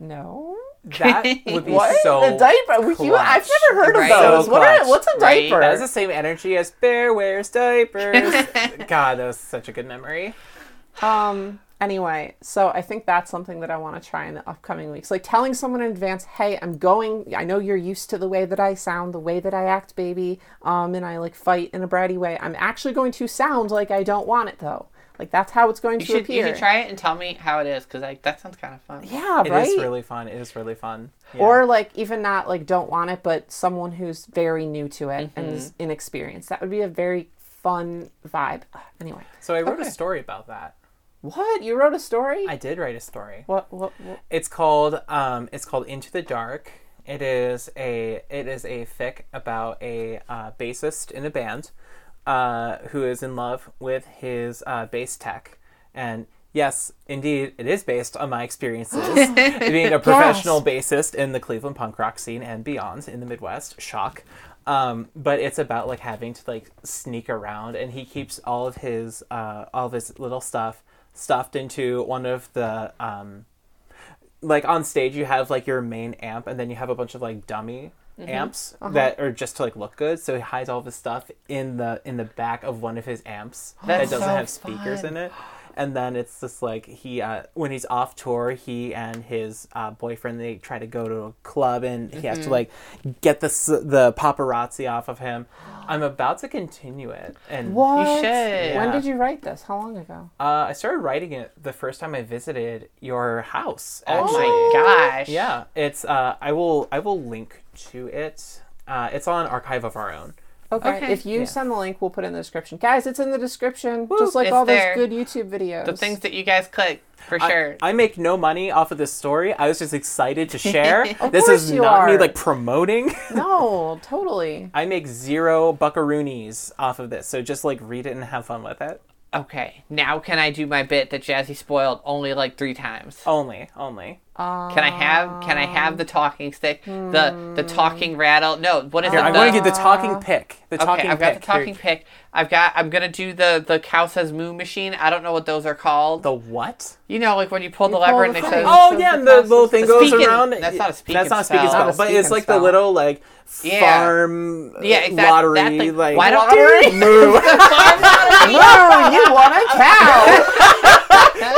Speaker 3: no
Speaker 1: That would be
Speaker 3: what
Speaker 1: so.
Speaker 3: a diaper Were you, i've
Speaker 1: clutch.
Speaker 3: never heard
Speaker 4: Right.
Speaker 3: of those
Speaker 1: So
Speaker 3: what are,
Speaker 1: clutch,
Speaker 3: what's a
Speaker 4: right?
Speaker 3: diaper
Speaker 1: That was the same energy as Bear wears diapers. God, that was such a good memory.
Speaker 3: Um. Anyway, so I think that's something that I want to try in the upcoming weeks. Like telling someone in advance, "Hey, I'm going. I know you're used to the way that I sound, the way that I act, baby. Um, and I like fight in a bratty way. I'm actually going to sound like I don't want it, though. Like that's how it's going
Speaker 4: You
Speaker 3: to
Speaker 4: should
Speaker 3: appear.
Speaker 4: you should try it and tell me how it is because like that sounds kind of fun.
Speaker 3: Yeah.
Speaker 1: It is
Speaker 3: right.
Speaker 1: really fun. It is really fun. Yeah.
Speaker 3: Or like even not like don't want it, but someone who's very new to it and is inexperienced. That would be a very fun vibe. Anyway,
Speaker 1: so I wrote
Speaker 3: okay.
Speaker 1: a story about that.
Speaker 3: what you wrote a story?
Speaker 1: I did write a story.
Speaker 3: What, what? What?
Speaker 1: It's called um, it's called Into the Dark. It is a it is a fic about a uh, bassist in a band uh, who is in love with his uh, bass tech. And yes, indeed, it is based on my experiences being a professional bassist in the Cleveland punk rock scene and beyond in the Midwest. Shock. Um, but it's about like having to like sneak around, and he keeps all of his uh, all of his little stuff stuffed into one of the um, like on stage you have like your main amp and then you have a bunch of like dummy
Speaker 4: Mm-hmm.
Speaker 1: amps
Speaker 4: Uh-huh.
Speaker 1: that are just to like look good so he hides all of his stuff in the in the back of one of his amps
Speaker 4: That's
Speaker 1: that doesn't
Speaker 4: so
Speaker 1: have speakers
Speaker 4: fun.
Speaker 1: in it and then it's just like he uh, when he's off tour he and his uh, boyfriend they try to go to a club and he
Speaker 4: Mm-hmm.
Speaker 1: has to like get the s- the paparazzi off of him i'm about to continue it and
Speaker 3: What?
Speaker 4: should.
Speaker 3: When
Speaker 1: Yeah.
Speaker 3: did you write this? How long ago?
Speaker 1: uh, i started writing it the first time i visited your house
Speaker 4: Oh
Speaker 1: actually.
Speaker 4: my gosh.
Speaker 1: Yeah, it's uh, I will I will link to it. Uh, it's on archive of our own.
Speaker 3: Okay.
Speaker 4: Okay.
Speaker 3: If you
Speaker 1: Yeah.
Speaker 3: send the link, we'll put it in the description. Guys, it's in the description.
Speaker 4: Woo,
Speaker 3: just like
Speaker 4: it's
Speaker 3: all
Speaker 4: there.
Speaker 3: those good YouTube videos.
Speaker 4: The things that you guys click for
Speaker 1: I-
Speaker 4: sure.
Speaker 1: I, make no money off of this story. I was just excited to share. this
Speaker 3: course
Speaker 1: is
Speaker 3: you
Speaker 1: not me
Speaker 3: are.
Speaker 1: like promoting.
Speaker 3: no, totally.
Speaker 1: I make zero buckaroonies off of this. So just like read it and have fun with it.
Speaker 4: okay, now can I do my bit that Jazzy spoiled only like three times?
Speaker 1: Only, only.
Speaker 4: Can I have can I have the talking stick, the the talking rattle? No, what is
Speaker 1: Here,
Speaker 4: it?
Speaker 1: I
Speaker 4: the-
Speaker 1: want to get the talking pick. The
Speaker 4: Ah. Okay,
Speaker 1: talking
Speaker 4: I've got
Speaker 1: pick.
Speaker 4: the talking
Speaker 1: Here,
Speaker 4: pick. I've got. I'm gonna do the the cow says moo machine. I don't know what those are called.
Speaker 1: The what?
Speaker 4: you know, like when you pull the
Speaker 3: pull
Speaker 4: lever
Speaker 3: the
Speaker 4: and it
Speaker 3: thing.
Speaker 4: says.
Speaker 1: Oh
Speaker 3: so
Speaker 1: yeah,
Speaker 3: the
Speaker 1: and the
Speaker 3: process
Speaker 1: little
Speaker 3: is-
Speaker 1: thing
Speaker 3: The
Speaker 1: goes
Speaker 4: speak and-
Speaker 1: around.
Speaker 4: that's not a speak
Speaker 1: That's
Speaker 4: and
Speaker 1: not a speak and
Speaker 4: spell.
Speaker 1: spell,
Speaker 3: Not a
Speaker 1: but
Speaker 3: speak
Speaker 1: it's
Speaker 3: and
Speaker 1: like
Speaker 3: spell.
Speaker 1: the little like
Speaker 4: Yeah.
Speaker 1: farm uh,
Speaker 4: Yeah, exactly, that
Speaker 1: lottery.
Speaker 4: thing.
Speaker 1: Like
Speaker 4: Why don't-
Speaker 1: lottery? Moo.
Speaker 3: Woo, you want a cow.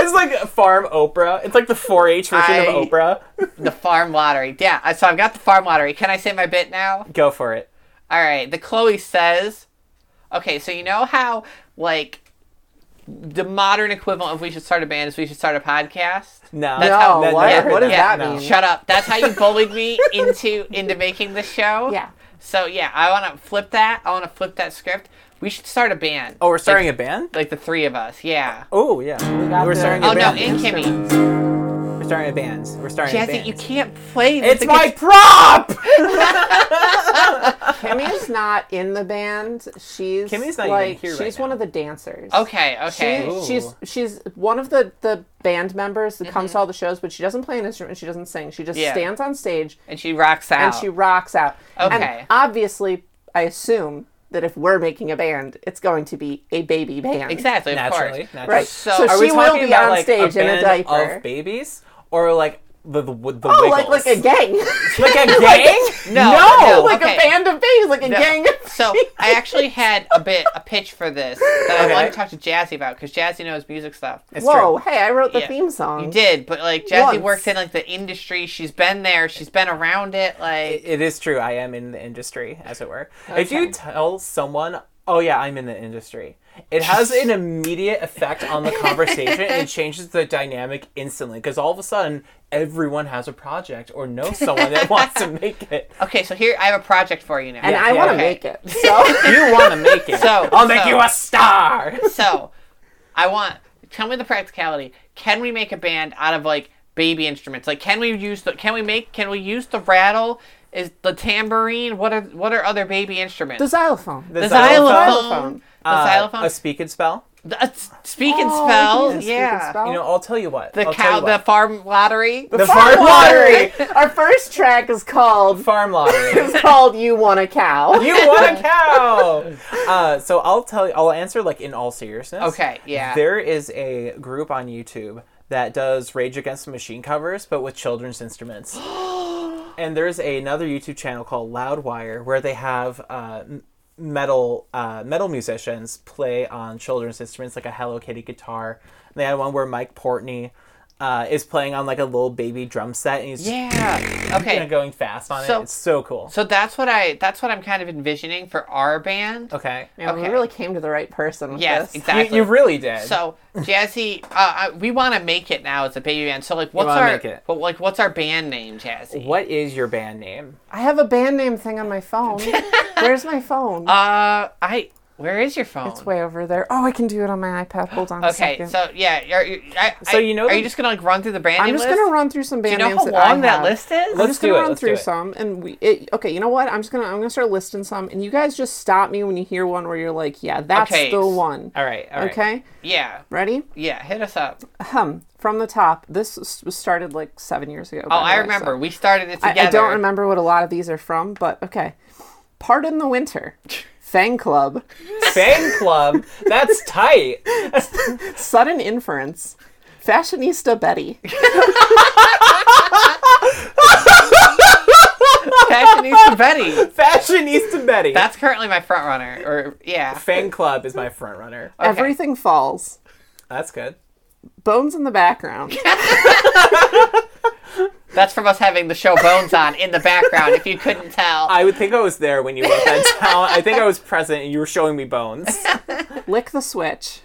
Speaker 1: It's like farm Oprah. It's like the 4-H version
Speaker 4: I-
Speaker 1: of Oprah.
Speaker 4: the farm lottery. Yeah, I- so I've got the farm lottery. Can I say my bit now?
Speaker 1: Go for it.
Speaker 4: All right. The Chloe says, okay, so you know how, like, the modern equivalent of we should start a band is we should start a podcast?
Speaker 1: No.
Speaker 4: That's
Speaker 3: No,
Speaker 4: how-
Speaker 1: That-
Speaker 3: what?
Speaker 1: never heard
Speaker 3: What does
Speaker 4: yeah,
Speaker 3: that
Speaker 1: no.
Speaker 3: mean?
Speaker 4: Shut up. That's how you bullied me into into making the show.
Speaker 3: Yeah.
Speaker 4: So yeah, I want to flip that. I want to flip that script. We should start a band.
Speaker 1: Oh, we're starting
Speaker 4: like,
Speaker 1: a band?
Speaker 4: like the three of us. Yeah.
Speaker 1: Oh, yeah. We
Speaker 3: got
Speaker 1: are
Speaker 3: the-
Speaker 1: starting
Speaker 4: Oh
Speaker 1: a
Speaker 4: no,
Speaker 1: band.
Speaker 4: and Kimmy.
Speaker 1: We're starting a band. We're starting a
Speaker 4: Jazzy,
Speaker 1: band.
Speaker 4: you can't play. with
Speaker 1: it's
Speaker 4: the
Speaker 1: my
Speaker 4: guit-
Speaker 1: prop!
Speaker 3: Kimmy's not in the band. She's
Speaker 1: Kimmy's not even
Speaker 3: like
Speaker 1: here right
Speaker 3: she's
Speaker 1: now.
Speaker 3: one of the dancers.
Speaker 4: Okay. Okay.
Speaker 3: She,
Speaker 1: Ooh.
Speaker 3: she's she's one of the the band members that comes to all the shows, but she doesn't play an instrument. She doesn't sing. She just
Speaker 4: Mm-hmm. Yeah.
Speaker 3: stands on stage
Speaker 4: and she rocks out.
Speaker 3: and she rocks out.
Speaker 4: Okay.
Speaker 3: And obviously, I assume that if we're making a band, it's going to be a baby band.
Speaker 4: exactly. Of
Speaker 1: Naturally.
Speaker 4: course.
Speaker 1: naturally.
Speaker 3: Right.
Speaker 4: So-
Speaker 3: So,
Speaker 4: Are
Speaker 1: Are
Speaker 3: she
Speaker 1: we
Speaker 3: will
Speaker 1: talking
Speaker 3: be
Speaker 1: about
Speaker 3: on
Speaker 1: like
Speaker 3: stage
Speaker 1: a
Speaker 3: in a
Speaker 1: band
Speaker 3: diaper.
Speaker 1: of babies? Or like the, the, the
Speaker 3: oh, like like a gang.
Speaker 1: Like a gang?
Speaker 4: No, no,
Speaker 3: like
Speaker 4: okay.
Speaker 3: a band of babies, like a
Speaker 4: No.
Speaker 3: gang. Of
Speaker 4: So I actually had a bit a pitch for this that I'd
Speaker 1: Okay.
Speaker 4: like to talk to Jazzy about because Jazzy knows music stuff.
Speaker 1: It's
Speaker 3: Whoa,
Speaker 1: true.
Speaker 3: hey, I wrote the
Speaker 4: Yeah.
Speaker 3: theme song.
Speaker 4: You did, but like Jazzy
Speaker 3: Once.
Speaker 4: works in like the industry. She's been there. She's been around it. Like
Speaker 1: It is true. I am in the industry, as it were. If you tell someone, oh, yeah, I'm in the industry, it has an immediate effect on the conversation and changes the dynamic instantly because all of a sudden, everyone has a project or knows someone that wants to make it.
Speaker 4: okay, so here I have a project for you now.
Speaker 3: And
Speaker 1: Yeah,
Speaker 3: I
Speaker 1: yeah,
Speaker 3: want to
Speaker 1: okay.
Speaker 3: make it. So
Speaker 1: You want to make it.
Speaker 4: So-
Speaker 1: I'll make
Speaker 4: so-
Speaker 1: you a star.
Speaker 4: so I want tell me the practicality. Can we make a band out of like baby instruments? Like can we use the can we make can we use the rattle? Is the tambourine? What are what are other baby instruments?
Speaker 3: the xylophone.
Speaker 4: The
Speaker 1: xylophone.
Speaker 4: xylophone. The
Speaker 1: Uh,
Speaker 4: xylophone.
Speaker 1: A speak and spell.
Speaker 4: the, uh, speak and
Speaker 3: Oh,
Speaker 4: spell.
Speaker 3: we can
Speaker 4: yeah.
Speaker 3: speak and spell.
Speaker 1: You know, I'll tell you what.
Speaker 4: The
Speaker 1: I'll tell
Speaker 4: cow.
Speaker 1: you
Speaker 4: The
Speaker 1: what.
Speaker 4: farm lottery.
Speaker 1: the
Speaker 3: Farm
Speaker 1: farm lottery.
Speaker 3: Our first track is called
Speaker 1: farm lottery.
Speaker 3: is called You Want a Cow.
Speaker 1: You want a cow? Uh, so I'll tell you. I'll answer like in all seriousness.
Speaker 4: Okay, yeah.
Speaker 1: There is a group on YouTube that does Rage Against the Machine covers, but with children's instruments. and there's another YouTube channel called Loudwire where they have uh, m- metal uh, metal musicians play on children's instruments like a Hello Kitty guitar. And they had one where Mike Portney uh, is playing on like a little baby drum set and he's just
Speaker 4: yeah.
Speaker 1: kinda
Speaker 4: Okay.
Speaker 1: going fast on
Speaker 4: So-
Speaker 1: it. It's so cool.
Speaker 4: So that's what I that's what I'm kind of envisioning for our band.
Speaker 1: Okay.
Speaker 3: And
Speaker 4: Okay.
Speaker 3: we really came to the right person with
Speaker 4: Yes,
Speaker 3: this.
Speaker 4: exactly.
Speaker 1: You, you really did.
Speaker 4: so Jazzy, uh, I, we want to make it now as a baby band. So like, what's
Speaker 1: wanna
Speaker 4: our
Speaker 1: make it.
Speaker 4: but like what's our band name, Jazzy?
Speaker 1: What is your band name?
Speaker 3: I have a band name thing on my phone. Where's my phone?
Speaker 4: Uh, I where is your phone?
Speaker 3: it's way over there. Oh, I can do it on my iPad. Hold on a
Speaker 4: okay,
Speaker 3: second.
Speaker 4: so yeah, are, you- I,
Speaker 1: So
Speaker 4: I-
Speaker 1: you know
Speaker 4: are
Speaker 1: the-
Speaker 4: you just gonna like run through the brand
Speaker 3: I'm
Speaker 4: name
Speaker 3: just
Speaker 4: list?
Speaker 3: gonna run through some
Speaker 4: Do
Speaker 3: band
Speaker 4: you know
Speaker 3: names
Speaker 4: how
Speaker 3: that I
Speaker 4: long that
Speaker 3: have.
Speaker 4: list is?
Speaker 3: I'm
Speaker 1: Let's
Speaker 3: just
Speaker 1: do
Speaker 3: gonna
Speaker 1: it,
Speaker 3: run
Speaker 1: let's do
Speaker 3: through
Speaker 1: it.
Speaker 3: some, and we. It, okay, you know what? I'm just gonna I'm gonna start listing some, and you guys just stop me when you hear one where you're like, yeah, that's
Speaker 4: Okay.
Speaker 3: the one.
Speaker 1: All right. All right.
Speaker 3: Okay,
Speaker 4: yeah,
Speaker 3: ready?
Speaker 4: yeah. Hit us up.
Speaker 3: Hum. From the top. This s- was started like seven years ago.
Speaker 4: Oh, I remember. We started it together.
Speaker 3: I, I don't remember what a lot of these are from, but okay. Pardon the winter. Fang Club.
Speaker 1: Fan club. That's tight.
Speaker 3: Sudden inference. Fashionista Betty.
Speaker 4: Fashionista Betty.
Speaker 1: Fashionista Betty.
Speaker 4: That's currently my front runner. Or yeah.
Speaker 1: Fan club is my front runner.
Speaker 3: Everything falls.
Speaker 1: That's good.
Speaker 3: Bones in the background.
Speaker 4: That's from us having the show Bones on in the background, if you couldn't tell.
Speaker 1: I would think I was there when you wrote that down. I think I was present and you were showing me bones.
Speaker 3: Lick the switch.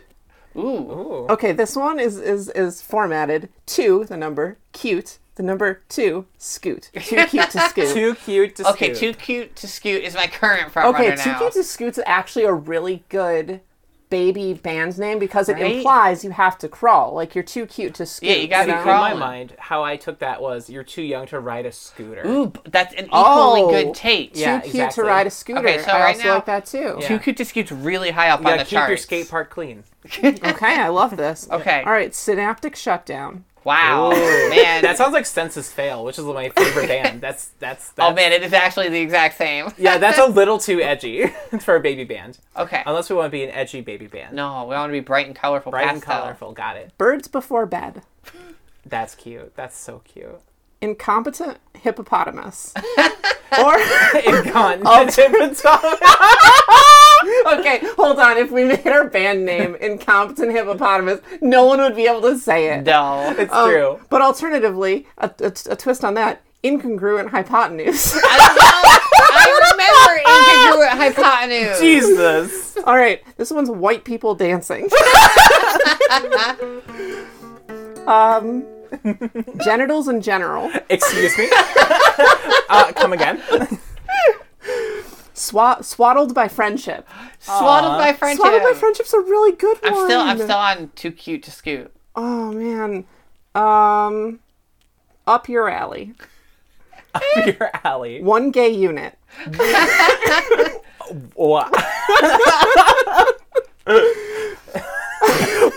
Speaker 4: Ooh.
Speaker 1: Ooh.
Speaker 3: Okay, this one is is is formatted. Two, the number cute. The number two, scoot. Too cute to scoot.
Speaker 1: Too cute to
Speaker 4: Okay,
Speaker 1: scoot.
Speaker 4: Too Cute to Scoot is my current front
Speaker 3: okay,
Speaker 4: runner
Speaker 3: Too
Speaker 4: now.
Speaker 3: Cute to Scoot's actually a really good baby band name because it
Speaker 4: Right?
Speaker 3: implies you have to crawl. Like you're too cute to scoot.
Speaker 4: Yeah, you gotta
Speaker 3: know?
Speaker 1: In my
Speaker 4: Crawling.
Speaker 1: mind, how I took that was you're too young to ride a scooter.
Speaker 4: Ooh, b- that's an equally
Speaker 3: Oh.
Speaker 4: good take.
Speaker 3: Too
Speaker 1: Yeah,
Speaker 3: cute
Speaker 1: exactly.
Speaker 3: to ride a scooter.
Speaker 4: Okay, so
Speaker 3: I
Speaker 4: right
Speaker 3: also
Speaker 4: now-
Speaker 3: like that too.
Speaker 1: Yeah.
Speaker 4: Too Cute to Scoot's really high up on
Speaker 1: Yeah,
Speaker 4: the
Speaker 1: keep
Speaker 4: charts.
Speaker 1: your skate park clean.
Speaker 3: Okay, I love this.
Speaker 4: Okay.
Speaker 3: All right, synaptic shutdown.
Speaker 4: Wow.
Speaker 1: Ooh.
Speaker 4: Man. Oh,
Speaker 1: That sounds like Census Fail, which is my favorite band. That's that's. that's
Speaker 4: oh, man, it is actually the exact same.
Speaker 1: Yeah, that's a little too edgy for a baby band.
Speaker 4: Okay.
Speaker 1: Unless we want to be an edgy baby band.
Speaker 4: No, we want to be bright and colorful.
Speaker 1: Bright and
Speaker 4: pastel.
Speaker 1: colorful. Got it.
Speaker 3: Birds before bed.
Speaker 1: That's cute. That's so cute.
Speaker 3: Incompetent hippopotamus. or
Speaker 1: Incon-
Speaker 3: okay, hold on. If we made our band name Incompetent Hippopotamus, no one would be able to say it.
Speaker 4: No.
Speaker 1: It's
Speaker 3: Um,
Speaker 1: true.
Speaker 3: But alternatively, a, a, a twist on that incongruent hypotenuse.
Speaker 4: I, know, I
Speaker 1: Ah!
Speaker 4: remember incongruent hypotenuse.
Speaker 1: Jesus.
Speaker 3: All right, this one's white people dancing. um, genitals in general.
Speaker 1: Excuse me. uh, come again.
Speaker 3: Swa- swaddled by friendship.
Speaker 4: Swaddled by friendship.
Speaker 3: Swaddled by friendship's a really good one.
Speaker 4: I'm still, I'm still on too cute to scoot.
Speaker 3: Oh man. Um, up your alley.
Speaker 1: Your alley.
Speaker 3: One gay unit.
Speaker 1: Wha-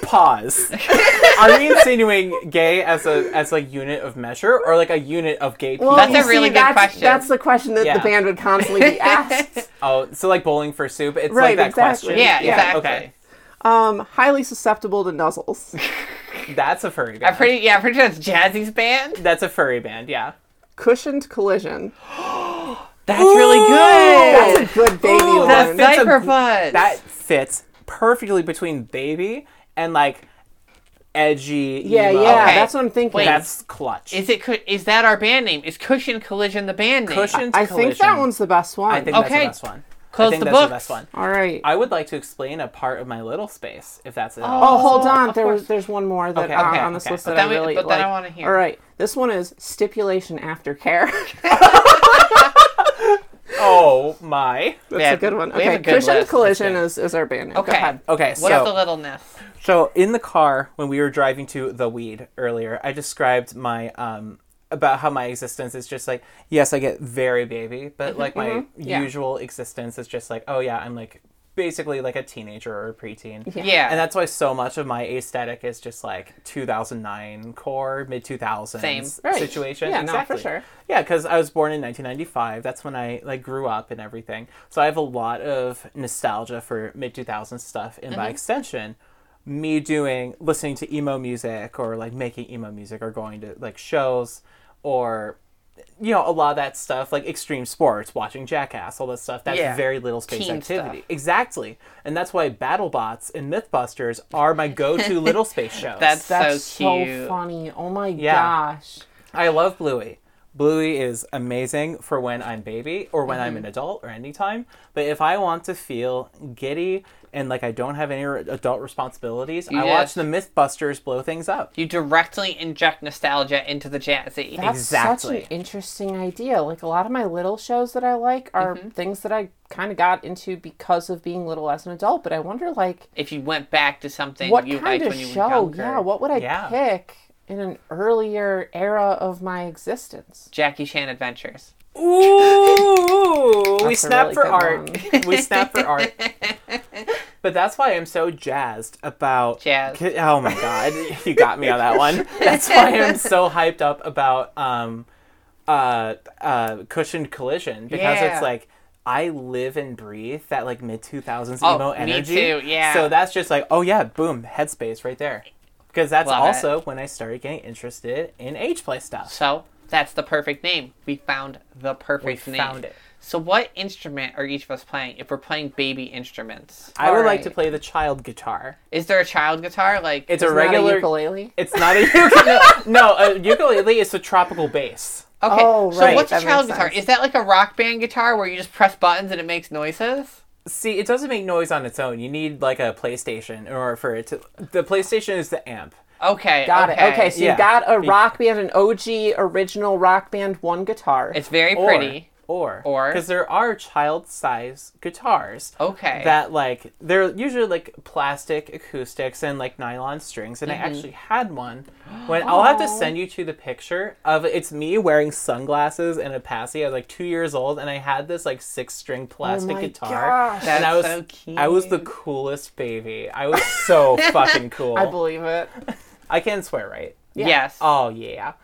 Speaker 1: Pause. Are we insinuating gay as a as a unit of measure or like a unit of gay people?
Speaker 4: That's
Speaker 3: you
Speaker 4: a really good
Speaker 3: that's,
Speaker 4: question.
Speaker 3: That's the question that
Speaker 1: Yeah.
Speaker 3: the band would constantly be asked.
Speaker 1: oh, so like bowling for soup. It's
Speaker 3: Right,
Speaker 1: like that
Speaker 3: exactly.
Speaker 1: question.
Speaker 4: Yeah,
Speaker 3: Yeah,
Speaker 4: exactly.
Speaker 1: okay.
Speaker 3: um, highly susceptible to nuzzles.
Speaker 1: That's a furry band.
Speaker 4: I'm pretty, yeah, I'm pretty sure that's Jazzy's band.
Speaker 1: That's a furry band, yeah.
Speaker 3: Cushioned collision.
Speaker 1: That's really good.
Speaker 3: That's a good baby
Speaker 1: Ooh,
Speaker 3: one.
Speaker 1: that's-
Speaker 4: The
Speaker 1: That's a-
Speaker 4: diaper butts.
Speaker 1: that fits perfectly between baby and like edgy.
Speaker 3: yeah,
Speaker 1: emo.
Speaker 3: yeah.
Speaker 4: Okay.
Speaker 3: That's what I'm thinking.
Speaker 4: Wait.
Speaker 1: That's clutch.
Speaker 4: Is it? cu- Is that our band name? Is Cushion Collision the band name?
Speaker 1: Cushions
Speaker 3: I think that
Speaker 1: collision.
Speaker 3: one's the best one. Oh,
Speaker 1: I think
Speaker 4: Okay.
Speaker 1: that's the best one. I
Speaker 4: Close
Speaker 1: think
Speaker 4: the
Speaker 1: that's
Speaker 4: book.
Speaker 1: the best one.
Speaker 3: All right.
Speaker 1: I would like to explain a part of my little space, if that's it.
Speaker 3: oh,
Speaker 4: Oh,
Speaker 3: hold on.
Speaker 4: of
Speaker 3: There was,
Speaker 4: course.
Speaker 3: there's one more that
Speaker 1: Okay,
Speaker 3: uh,
Speaker 1: okay,
Speaker 3: on this
Speaker 1: okay.
Speaker 3: list
Speaker 4: But
Speaker 3: that I
Speaker 4: then we-
Speaker 3: really
Speaker 4: but then I
Speaker 3: like.
Speaker 4: wanna hear.
Speaker 3: All right. This one is stipulation aftercare.
Speaker 1: Oh my.
Speaker 3: that's
Speaker 4: Yeah,
Speaker 3: a good one.
Speaker 4: we
Speaker 3: Okay.
Speaker 4: have a good
Speaker 3: Cushioned
Speaker 4: list.
Speaker 3: collision is, is our band name. Go
Speaker 4: Okay.
Speaker 3: ahead.
Speaker 1: Okay,
Speaker 4: What
Speaker 1: so
Speaker 4: of the littleness?
Speaker 1: so in the car when we were driving to the weed earlier, I described my um about how my existence is just like yes, I get very baby, but like my
Speaker 3: Yeah.
Speaker 1: usual existence is just like oh yeah, I'm like basically like a teenager or a preteen.
Speaker 3: Yeah.
Speaker 4: Yeah.
Speaker 1: And that's why so much of my aesthetic is just like 2009 core, mid 2000s
Speaker 4: Same.
Speaker 3: Right.
Speaker 1: situation.
Speaker 3: Yeah, no, for sure.
Speaker 1: Yeah, because I was born in 1995. That's when I like grew up and everything. So I have a lot of nostalgia for mid 2000s stuff, and by extension, me doing listening to emo music or like making emo music or going to like shows or you know a lot of that stuff like extreme sports watching jackass all that stuff that's
Speaker 4: Yeah.
Speaker 1: very little space
Speaker 4: Teen
Speaker 1: activity
Speaker 4: stuff.
Speaker 1: exactly and that's why battlebots and mythbusters are my go-to little space shows
Speaker 4: That's,
Speaker 3: That's
Speaker 4: so
Speaker 3: so,
Speaker 4: cute.
Speaker 3: funny. Oh my
Speaker 1: Yeah.
Speaker 3: gosh.
Speaker 1: I love Bluey. Bluey is amazing for when I'm baby or when I'm an adult or anytime. But if I want to feel giddy and like I don't have any re- adult responsibilities, I watch
Speaker 4: Yes.
Speaker 1: the Mythbusters blow things up.
Speaker 4: You directly inject nostalgia into the Jazzy.
Speaker 3: That's
Speaker 1: Exactly.
Speaker 3: such an interesting idea. Like a lot of my little shows that I like are
Speaker 4: Mm-hmm.
Speaker 3: things that I kind of got into because of being little as an adult. But I wonder, like,
Speaker 4: if you went back to something
Speaker 3: what
Speaker 4: you
Speaker 3: kind
Speaker 4: liked
Speaker 3: of
Speaker 4: when you were
Speaker 3: show?
Speaker 4: younger.
Speaker 3: Yeah, what would I
Speaker 1: Yeah.
Speaker 3: pick in an earlier era of my existence?
Speaker 4: Jackie Chan Adventures.
Speaker 1: Ooh, we
Speaker 3: That's a
Speaker 1: snap
Speaker 3: really
Speaker 1: for
Speaker 3: good
Speaker 1: art. we snap for art. But that's why I'm so jazzed about.
Speaker 4: Jazzed.
Speaker 1: Ki- Oh my god, you got me on that one. That's why I'm so hyped up about um, uh, uh, cushioned collision because
Speaker 4: Yeah.
Speaker 1: it's like. I live and breathe that like mid 2000s
Speaker 4: Oh,
Speaker 1: emo
Speaker 4: me
Speaker 1: energy.
Speaker 4: too, yeah.
Speaker 1: So that's just like, oh yeah, boom, headspace right there. Because that's
Speaker 4: Love it.
Speaker 1: also when I started getting interested in age play stuff.
Speaker 4: So that's the perfect name. We found the perfect
Speaker 1: We
Speaker 4: name.
Speaker 1: found it.
Speaker 4: So what instrument are each of us playing? If we're playing baby instruments,
Speaker 1: I would like
Speaker 3: Alright.
Speaker 1: to play the child guitar.
Speaker 4: is there a child guitar? Like
Speaker 1: It's a
Speaker 3: Isn't that
Speaker 1: regular.
Speaker 3: ukulele.
Speaker 1: It's not a ukulele. no, a ukulele is a tropical bass.
Speaker 4: okay.
Speaker 3: Oh,
Speaker 4: so
Speaker 3: right,
Speaker 4: what's
Speaker 3: that
Speaker 4: a child
Speaker 3: makes
Speaker 4: guitar?
Speaker 3: sense.
Speaker 4: Is that like a rock band guitar where you just press buttons and it makes noises?
Speaker 1: See, it doesn't make noise on its own. You need like a PlayStation, or for it to. The PlayStation is the amp.
Speaker 4: Okay.
Speaker 3: Got
Speaker 4: okay.
Speaker 3: it. Okay, so
Speaker 1: yeah.
Speaker 3: you got a rock band, an OG original rock band, one guitar.
Speaker 4: It's very pretty.
Speaker 1: Or
Speaker 4: Or-
Speaker 1: because there are child-size guitars.
Speaker 4: Okay.
Speaker 1: That like they're usually like plastic acoustics and like nylon strings, and I actually had one. When I'll have to send you to the picture of it's me wearing sunglasses and a passy. I was like two years old, and I had this like six-string plastic
Speaker 3: Oh my
Speaker 1: guitar,
Speaker 3: gosh.
Speaker 1: and I was
Speaker 4: That's so cute.
Speaker 1: I was the coolest baby. I was so fucking cool.
Speaker 3: I
Speaker 1: I,
Speaker 3: believe it.
Speaker 1: can swear, right?
Speaker 4: Yes.
Speaker 1: Oh yeah.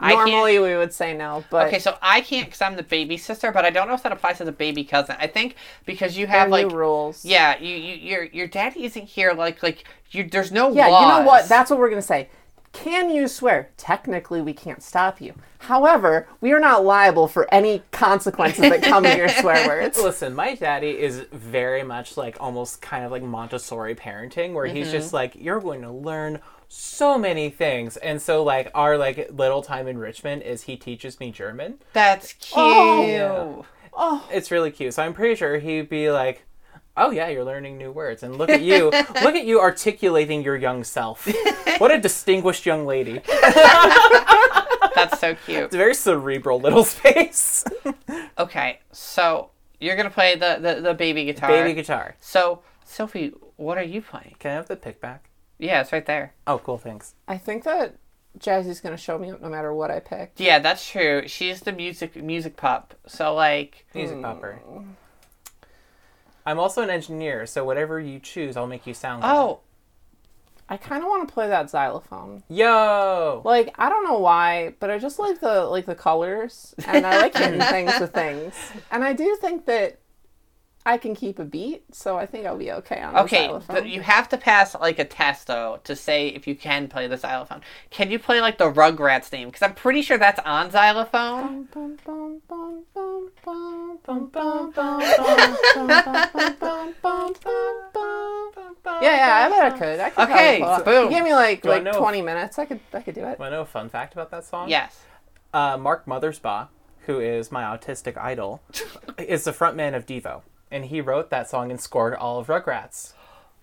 Speaker 4: I can't-
Speaker 3: Normally we would say no, but
Speaker 4: Okay, so I can't because I'm the baby sister, but I don't know if that applies to the baby cousin. I think because you have
Speaker 3: there are
Speaker 4: like
Speaker 3: new rules.
Speaker 4: yeah, you, you your your daddy isn't here. Like like you, there's no
Speaker 3: Yeah, you know
Speaker 4: laws.
Speaker 3: what? That's what we're gonna say. Can you swear? Technically, we can't stop you. However, we are not liable for any consequences that come to your swear words.
Speaker 1: Listen, my daddy is very much like almost kind of like Montessori parenting, where he's
Speaker 4: Mm-hmm.
Speaker 1: just like, you're going to learn so many things. And so, like, our like little time in Richmond is he teaches me German.
Speaker 4: That's cute.
Speaker 3: Oh. Oh,
Speaker 1: It's really cute. So I'm pretty sure he'd be like, oh yeah, you're learning new words. And look at you, look at you articulating your young self. What a distinguished young lady.
Speaker 4: That's so cute.
Speaker 1: It's a very cerebral little space.
Speaker 4: Okay, so you're gonna play the the, the baby guitar.
Speaker 1: Baby guitar.
Speaker 4: So Sophie, what are you playing?
Speaker 1: Can I have the pick back?
Speaker 4: Yeah, it's right there.
Speaker 1: Oh, cool. Thanks.
Speaker 3: I think that Jazzy's going to show me up no matter what I pick.
Speaker 4: Yeah, that's true. She's the music music pup. So like,
Speaker 1: Music popper. I'm also an engineer, so whatever you choose, I'll make you sound like.
Speaker 4: oh,
Speaker 3: I kind of want to play that xylophone.
Speaker 1: Yo!
Speaker 3: Like I don't know why, but I just like the like the colors, and I like hitting things with things. And I do think that I can keep a beat, so I think I'll be okay on the
Speaker 4: okay.
Speaker 3: xylophone.
Speaker 4: but you have to pass like a test though to say if you can play the xylophone. Can you play like the Rugrats theme? Because I'm pretty sure that's on xylophone.
Speaker 3: Yeah, yeah, I bet I could. I could probably
Speaker 4: Okay,
Speaker 3: pull it off.
Speaker 4: boom.
Speaker 3: You give me like
Speaker 1: I
Speaker 3: like
Speaker 1: know if-
Speaker 3: twenty minutes. I could I could do it.
Speaker 1: Want to know a fun fact about that song?
Speaker 4: Yes.
Speaker 1: Uh, Mark Mothersbaugh, who is my autistic idol, is the frontman of Devo. And he wrote that song and scored all of Rugrats.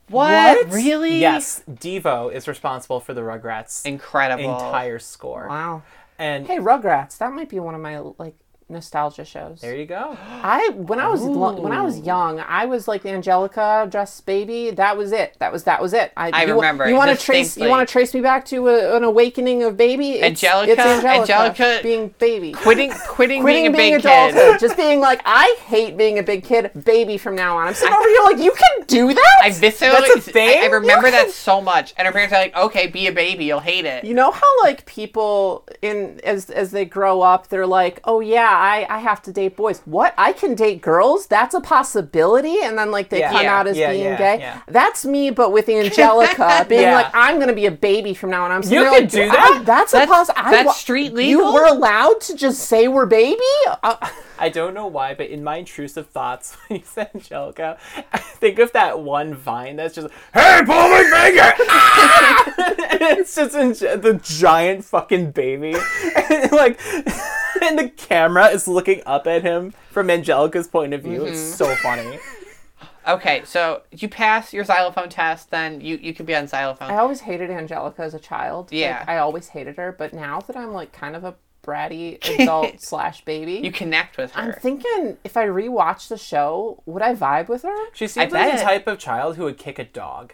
Speaker 4: What? Really?
Speaker 1: Yes, Devo is responsible for the Rugrats
Speaker 4: Incredible.
Speaker 1: entire score.
Speaker 3: Wow.
Speaker 1: And
Speaker 3: Hey, Rugrats. That might be one of my like nostalgia shows.
Speaker 1: there you go.
Speaker 3: I when I was lo- when I was young, I was like the Angelica dress baby. That was it. That was that was it.
Speaker 4: I
Speaker 3: you,
Speaker 4: remember
Speaker 3: You want to
Speaker 4: distinctly.
Speaker 3: trace? You want to trace me back to a, an awakening of baby? It's,
Speaker 4: Angelica-
Speaker 3: It's Angelica,
Speaker 4: Angelica-
Speaker 3: being baby.
Speaker 4: Quitting quitting, being a big
Speaker 3: adulthood.
Speaker 4: kid.
Speaker 3: Just being like, I hate being a big kid. Baby from now on. I'm sitting over here like, you can do that.
Speaker 4: I viscerally,
Speaker 1: That's a thing?
Speaker 4: I, I remember
Speaker 3: You
Speaker 4: that so much. And her parents are like, okay, be a baby, you'll hate it.
Speaker 3: You know how like people in as as they grow up, they're like, "Oh yeah, I I have to date boys. What? I can date girls? That's a possibility." And then like they
Speaker 1: Yeah.
Speaker 3: come
Speaker 4: Yeah,
Speaker 3: out as
Speaker 1: yeah,
Speaker 3: being
Speaker 1: yeah,
Speaker 3: gay.
Speaker 1: yeah.
Speaker 3: That's me, but with Angelica being
Speaker 1: Yeah.
Speaker 3: like, "I'm gonna be a baby from now on." I'm sitting
Speaker 1: You
Speaker 3: there
Speaker 1: can
Speaker 3: like,
Speaker 1: do
Speaker 3: "I-
Speaker 1: that?
Speaker 3: that's a
Speaker 4: That's-
Speaker 3: poss- I
Speaker 4: that's
Speaker 3: wa-
Speaker 4: street
Speaker 3: You
Speaker 4: legal?
Speaker 3: were allowed to just say we're baby. Uh,
Speaker 1: I don't know why, but in my intrusive thoughts, when you said Angelica, I think of that one vine that's just, hey, pull my finger! Ah!" and it's just in, the giant fucking baby. And like, and the camera is looking up at him from Angelica's point of view. It's so funny.
Speaker 4: Okay, so you pass your xylophone test, then you, you can be on xylophone.
Speaker 3: I always hated Angelica as a child. Like,
Speaker 4: Yeah.
Speaker 3: I always hated her. But now that I'm like kind of a bratty adult slash baby,
Speaker 4: you connect with her.
Speaker 3: I'm thinking if I rewatch the show, would I vibe with her?
Speaker 1: She
Speaker 4: I
Speaker 1: seems like
Speaker 4: bet.
Speaker 1: the type of child who would kick a dog.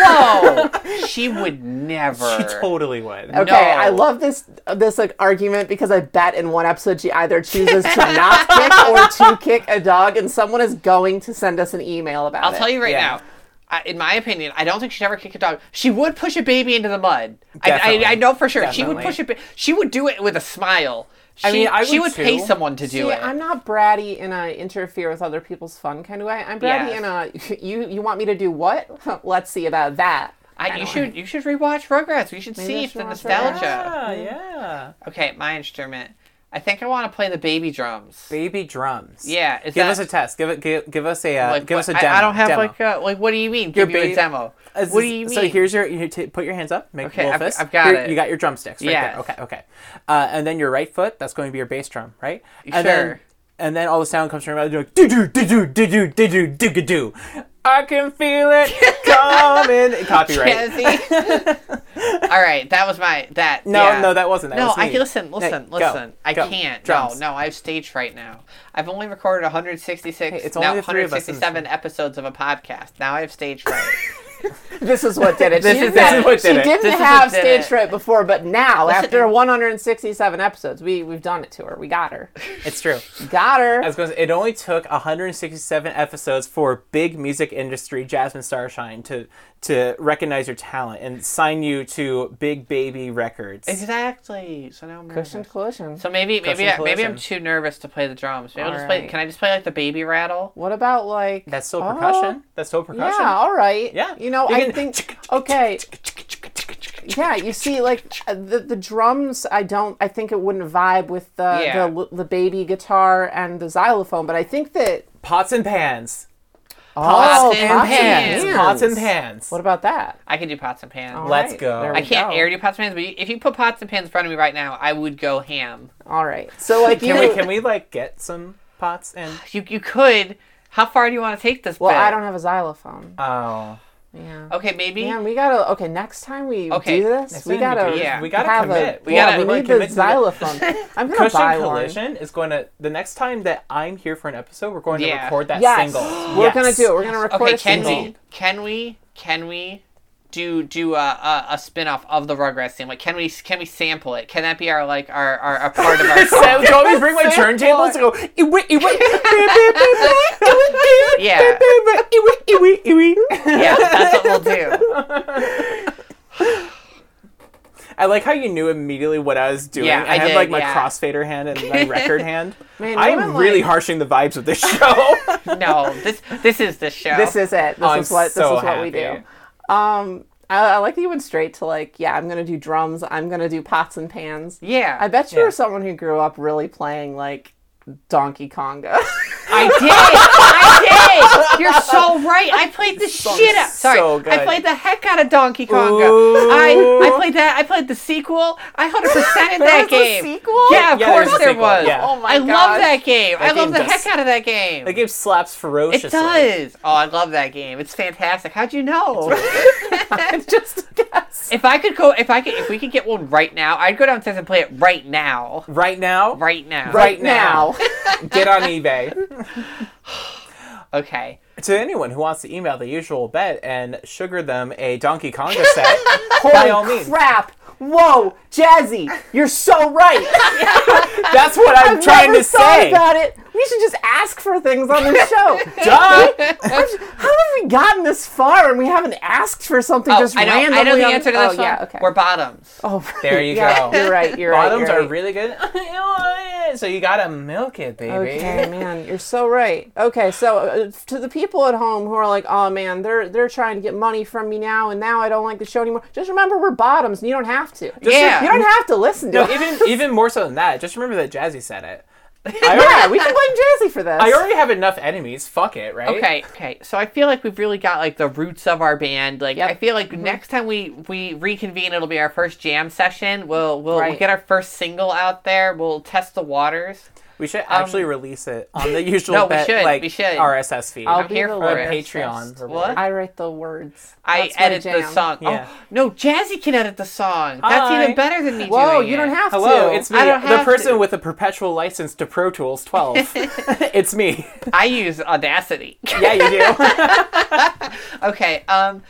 Speaker 4: Whoa! she would never.
Speaker 1: She totally would.
Speaker 3: Okay,
Speaker 4: No.
Speaker 3: I love this this like argument because I bet in one episode she either chooses to not kick or to kick a dog, and someone is going to send us an email about
Speaker 4: I'll
Speaker 3: it.
Speaker 4: tell you right
Speaker 1: Yeah.
Speaker 4: now. I, in my opinion, I don't think she'd ever kick a dog. She would push a baby into the mud. I,
Speaker 1: Definitely.
Speaker 4: I, I know for sure. She would
Speaker 1: Definitely.
Speaker 4: push a. Ba- she would do it with a smile. She,
Speaker 1: I mean, I
Speaker 4: she
Speaker 1: would
Speaker 4: would pay
Speaker 1: too.
Speaker 4: someone to do
Speaker 3: See,
Speaker 4: it.
Speaker 3: I'm not bratty in a interfere with other people's fun kind of way. I'm bratty in a you you want me to do what? Let's see about that.
Speaker 4: I,
Speaker 3: kinda
Speaker 4: you
Speaker 3: way.
Speaker 4: should you should rewatch Rugrats. We should
Speaker 3: I
Speaker 4: see if
Speaker 3: should
Speaker 4: the
Speaker 3: watch
Speaker 4: nostalgia.
Speaker 1: Yeah, yeah.
Speaker 4: Okay, my instrument. I think I want to play the baby drums.
Speaker 1: Baby drums.
Speaker 4: Yeah, is
Speaker 1: Give
Speaker 4: that-
Speaker 1: us a test. Give it. Give, give us a. Uh,
Speaker 4: Like,
Speaker 1: give
Speaker 4: what-
Speaker 1: us a
Speaker 4: I-
Speaker 1: demo.
Speaker 4: I, don't have
Speaker 1: demo.
Speaker 4: like a, like. What do you mean?
Speaker 1: Your
Speaker 4: Give you a
Speaker 1: ba-
Speaker 4: demo.
Speaker 1: Is
Speaker 4: what do
Speaker 1: this-
Speaker 4: you mean?
Speaker 1: So here's your, you t- put your hands up, make
Speaker 4: Okay,
Speaker 1: a
Speaker 4: I've-
Speaker 1: little fist.
Speaker 4: I've got
Speaker 1: Here-
Speaker 4: it.
Speaker 1: You got your drumsticks right
Speaker 4: Yes.
Speaker 1: there. Okay, okay. Uh, and then your right foot, that's going to be your bass drum, right? And
Speaker 4: Sure.
Speaker 1: Then, and then all the sound comes from your mouth, you're like, do do do do do do do do do do do. I can feel it coming. Copyright.
Speaker 4: Jazzy. All right, that was my that.
Speaker 1: No,
Speaker 4: yeah.
Speaker 1: no, that wasn't. That
Speaker 4: no,
Speaker 1: was
Speaker 4: I
Speaker 1: me.
Speaker 4: can listen,
Speaker 1: No,
Speaker 4: listen,
Speaker 1: go,
Speaker 4: listen. I
Speaker 1: go.
Speaker 4: can't.
Speaker 1: Drums.
Speaker 4: No, no, I have stage fright now. I've only recorded 166.
Speaker 1: Hey, it's
Speaker 4: now
Speaker 1: only the three of us in this
Speaker 4: 167 episodes of a podcast. Now I have stage fright.
Speaker 3: This is what did it.
Speaker 4: This
Speaker 3: she
Speaker 4: is-
Speaker 3: didn't
Speaker 4: this
Speaker 3: have-
Speaker 1: is what did
Speaker 3: she
Speaker 1: it.
Speaker 3: didn't
Speaker 4: This is what
Speaker 3: have
Speaker 4: did
Speaker 3: stage
Speaker 4: it.
Speaker 3: fright before, but now after 167 episodes, we we've done it to her. We got her.
Speaker 1: It's true.
Speaker 3: Got her.
Speaker 1: I was going to say, it only took 167 episodes for big music industry Jasmine Starshine to to recognize your talent and sign you to Big Baby Records.
Speaker 4: exactly. So now I'm nervous.
Speaker 3: Cushion collision.
Speaker 4: So maybe maybe
Speaker 1: Cushion
Speaker 4: I, maybe I'm
Speaker 1: collision.
Speaker 4: too nervous to play the drums. Maybe I'll just play.
Speaker 3: Alright.
Speaker 4: Can I just play like the baby rattle?
Speaker 3: What about like
Speaker 1: That's still
Speaker 3: Oh,
Speaker 1: percussion. That's still percussion.
Speaker 3: Yeah, all right.
Speaker 1: Yeah.
Speaker 3: You know,
Speaker 1: You
Speaker 3: I
Speaker 1: can-
Speaker 3: think okay. yeah, you see, like uh, the the drums. I don't. I think it wouldn't vibe with the
Speaker 4: Yeah.
Speaker 3: the, the baby guitar and the xylophone. But I think that
Speaker 1: Pots and pans.
Speaker 3: pots,
Speaker 4: and pans.
Speaker 1: Pots and pans.
Speaker 3: What about that?
Speaker 4: I can do pots and pans.
Speaker 3: All
Speaker 1: Let's go.
Speaker 3: there
Speaker 4: I
Speaker 3: we
Speaker 4: can't
Speaker 3: go.
Speaker 4: air do pots and pans, but you- if you put pots and pans in front of me right now, I would go ham.
Speaker 3: All right. So like you.
Speaker 1: Can we, can we like get some pots and?
Speaker 4: You you could. How far do you want to take this?
Speaker 3: well,
Speaker 4: bet?
Speaker 3: I don't have a xylophone.
Speaker 1: Oh,
Speaker 3: Yeah.
Speaker 4: Okay, maybe.
Speaker 3: Man, we gotta. Okay, next time we
Speaker 4: Okay,
Speaker 3: do this,
Speaker 1: next
Speaker 3: we
Speaker 1: time we
Speaker 3: gotta.
Speaker 1: do
Speaker 4: this, Yeah.
Speaker 1: we gotta
Speaker 3: have
Speaker 1: commit.
Speaker 3: A,
Speaker 4: We
Speaker 3: yeah,
Speaker 4: gotta
Speaker 3: we
Speaker 1: really
Speaker 3: need
Speaker 1: commit
Speaker 3: the
Speaker 1: to the-
Speaker 3: xylophone. I'm gonna
Speaker 1: Cushion
Speaker 3: buy one.
Speaker 1: Collision is going to the next time that I'm here for an episode, we're going to
Speaker 4: Yeah.
Speaker 1: record that
Speaker 3: Yes.
Speaker 1: single.
Speaker 3: We're
Speaker 1: Yes.
Speaker 3: gonna do it. We're gonna record
Speaker 4: Okay,
Speaker 3: a
Speaker 4: can
Speaker 3: single.
Speaker 4: we? Can we? Can we? Do do a, a a spin-off of the Rugrats theme? Like, can we can we sample it? Can that be our like our our, our part of our?
Speaker 1: So,
Speaker 4: song?
Speaker 1: do you want me to bring my turntables and go? Iwi, iwi, iwi,
Speaker 4: Yeah.
Speaker 1: iwi, iwi, iwi.
Speaker 4: yeah, that's what we'll do.
Speaker 1: I like how you knew immediately what I was doing.
Speaker 4: Yeah,
Speaker 1: I,
Speaker 4: I
Speaker 1: have
Speaker 4: did,
Speaker 1: like my
Speaker 4: yeah.
Speaker 1: crossfader hand and my record hand.
Speaker 3: Man,
Speaker 1: I
Speaker 3: you
Speaker 1: am
Speaker 3: went,
Speaker 1: really
Speaker 3: like-
Speaker 1: harshing the vibes of this show.
Speaker 4: No, this this is the show.
Speaker 3: This is it. This
Speaker 1: I'm
Speaker 3: is what. This
Speaker 1: so
Speaker 3: is what we
Speaker 1: happy.
Speaker 3: do. Um, I, I like that you went straight to like, yeah, I'm gonna do drums. I'm gonna do pots and pans.
Speaker 4: yeah.
Speaker 3: I bet you
Speaker 1: Yeah.
Speaker 3: were someone who grew up really playing like Donkey Konga.
Speaker 4: I did. I did. You're so right. I played the shit out. Sorry,
Speaker 1: so good.
Speaker 4: I played the heck out of Donkey Konga.
Speaker 1: Ooh.
Speaker 4: I I played that. I played the sequel. I hundred
Speaker 3: There
Speaker 4: percent that
Speaker 3: was a
Speaker 4: game.
Speaker 3: sequel?
Speaker 4: Yeah, of
Speaker 1: Yeah, there
Speaker 4: course
Speaker 1: was a
Speaker 4: there
Speaker 1: sequel,
Speaker 4: was.
Speaker 1: yeah.
Speaker 3: Oh my
Speaker 4: I
Speaker 3: gosh.
Speaker 4: love that game. I
Speaker 1: That
Speaker 4: love
Speaker 1: game
Speaker 4: the
Speaker 1: does-
Speaker 4: heck out of that game.
Speaker 1: the game slaps ferociously.
Speaker 4: it does. Oh, I love that game. It's fantastic. How'd you know?
Speaker 3: It's just a guess.
Speaker 4: if I could go, if I could, if we could get one right now, I'd go downstairs and play it right now.
Speaker 1: Right now,
Speaker 4: Right now.
Speaker 1: Right now. get on eBay.
Speaker 4: Okay.
Speaker 1: to anyone who wants to email the usual bet and sugar them a Donkey Konga set, by all means.
Speaker 3: Crap! Whoa, Jazzy, you're so right.
Speaker 1: That's what I'm
Speaker 3: I've
Speaker 1: trying
Speaker 3: never
Speaker 1: to
Speaker 3: thought
Speaker 1: say.
Speaker 3: about it. We should just ask for things on the show.
Speaker 1: Duh!
Speaker 3: How have we gotten this far and we haven't asked for something
Speaker 4: Oh,
Speaker 3: just
Speaker 4: I know.
Speaker 3: randomly?
Speaker 4: I know the
Speaker 3: on-
Speaker 4: answer to this
Speaker 3: oh, Yeah,
Speaker 4: one.
Speaker 3: okay.
Speaker 4: We're bottoms.
Speaker 3: oh,
Speaker 1: There you
Speaker 3: yeah,
Speaker 1: go.
Speaker 3: You're right. You're right.
Speaker 1: Bottoms
Speaker 3: you're
Speaker 1: are
Speaker 3: right.
Speaker 1: really good. so you gotta milk it, baby.
Speaker 3: Okay, man, you're so right. Okay, so uh, to the people at home who are like, "Oh man, they're they're trying to get money from me now, and now I don't like the show anymore." Just remember, we're bottoms, and you don't have to.
Speaker 4: Yeah.
Speaker 3: you don't have to listen to
Speaker 1: No,
Speaker 3: it.
Speaker 1: even even more so than that, just remember that Jazzy said it. I
Speaker 3: yeah,
Speaker 1: already,
Speaker 3: we can blame Jazzy for this.
Speaker 1: I already have enough enemies. Fuck it, right?
Speaker 4: Okay, okay. So I feel like we've really got like the roots of our band. Like
Speaker 3: Yep. Mm-hmm.
Speaker 4: I feel like next time we we reconvene, it'll be our first jam session. We'll we'll,
Speaker 3: Right.
Speaker 4: we'll get our first single out there. We'll test the waters.
Speaker 1: We should actually release it on the usual
Speaker 4: No, we
Speaker 1: bet,
Speaker 4: should,
Speaker 1: like
Speaker 4: we should.
Speaker 1: RSS feed.
Speaker 3: I'll
Speaker 4: I'm
Speaker 3: be
Speaker 4: here
Speaker 3: the
Speaker 4: for
Speaker 1: or
Speaker 4: it.
Speaker 3: lyricist.
Speaker 1: Patreon. or
Speaker 4: What?
Speaker 1: whatever.
Speaker 3: I write the words.
Speaker 4: I
Speaker 3: That's my
Speaker 4: edit the
Speaker 3: jam.
Speaker 4: song.
Speaker 1: Yeah.
Speaker 4: Oh no, Jazzy can edit the song. That's
Speaker 1: Hi.
Speaker 4: even better than me.
Speaker 3: Whoa,
Speaker 4: doing
Speaker 3: you
Speaker 4: it.
Speaker 3: don't have
Speaker 1: Hello,
Speaker 3: to.
Speaker 1: it's me,
Speaker 4: I don't
Speaker 1: the
Speaker 4: have
Speaker 1: person
Speaker 4: to.
Speaker 1: with a perpetual license to Pro Tools 12. it's me.
Speaker 4: I use Audacity.
Speaker 1: Yeah, you
Speaker 4: okay. Um.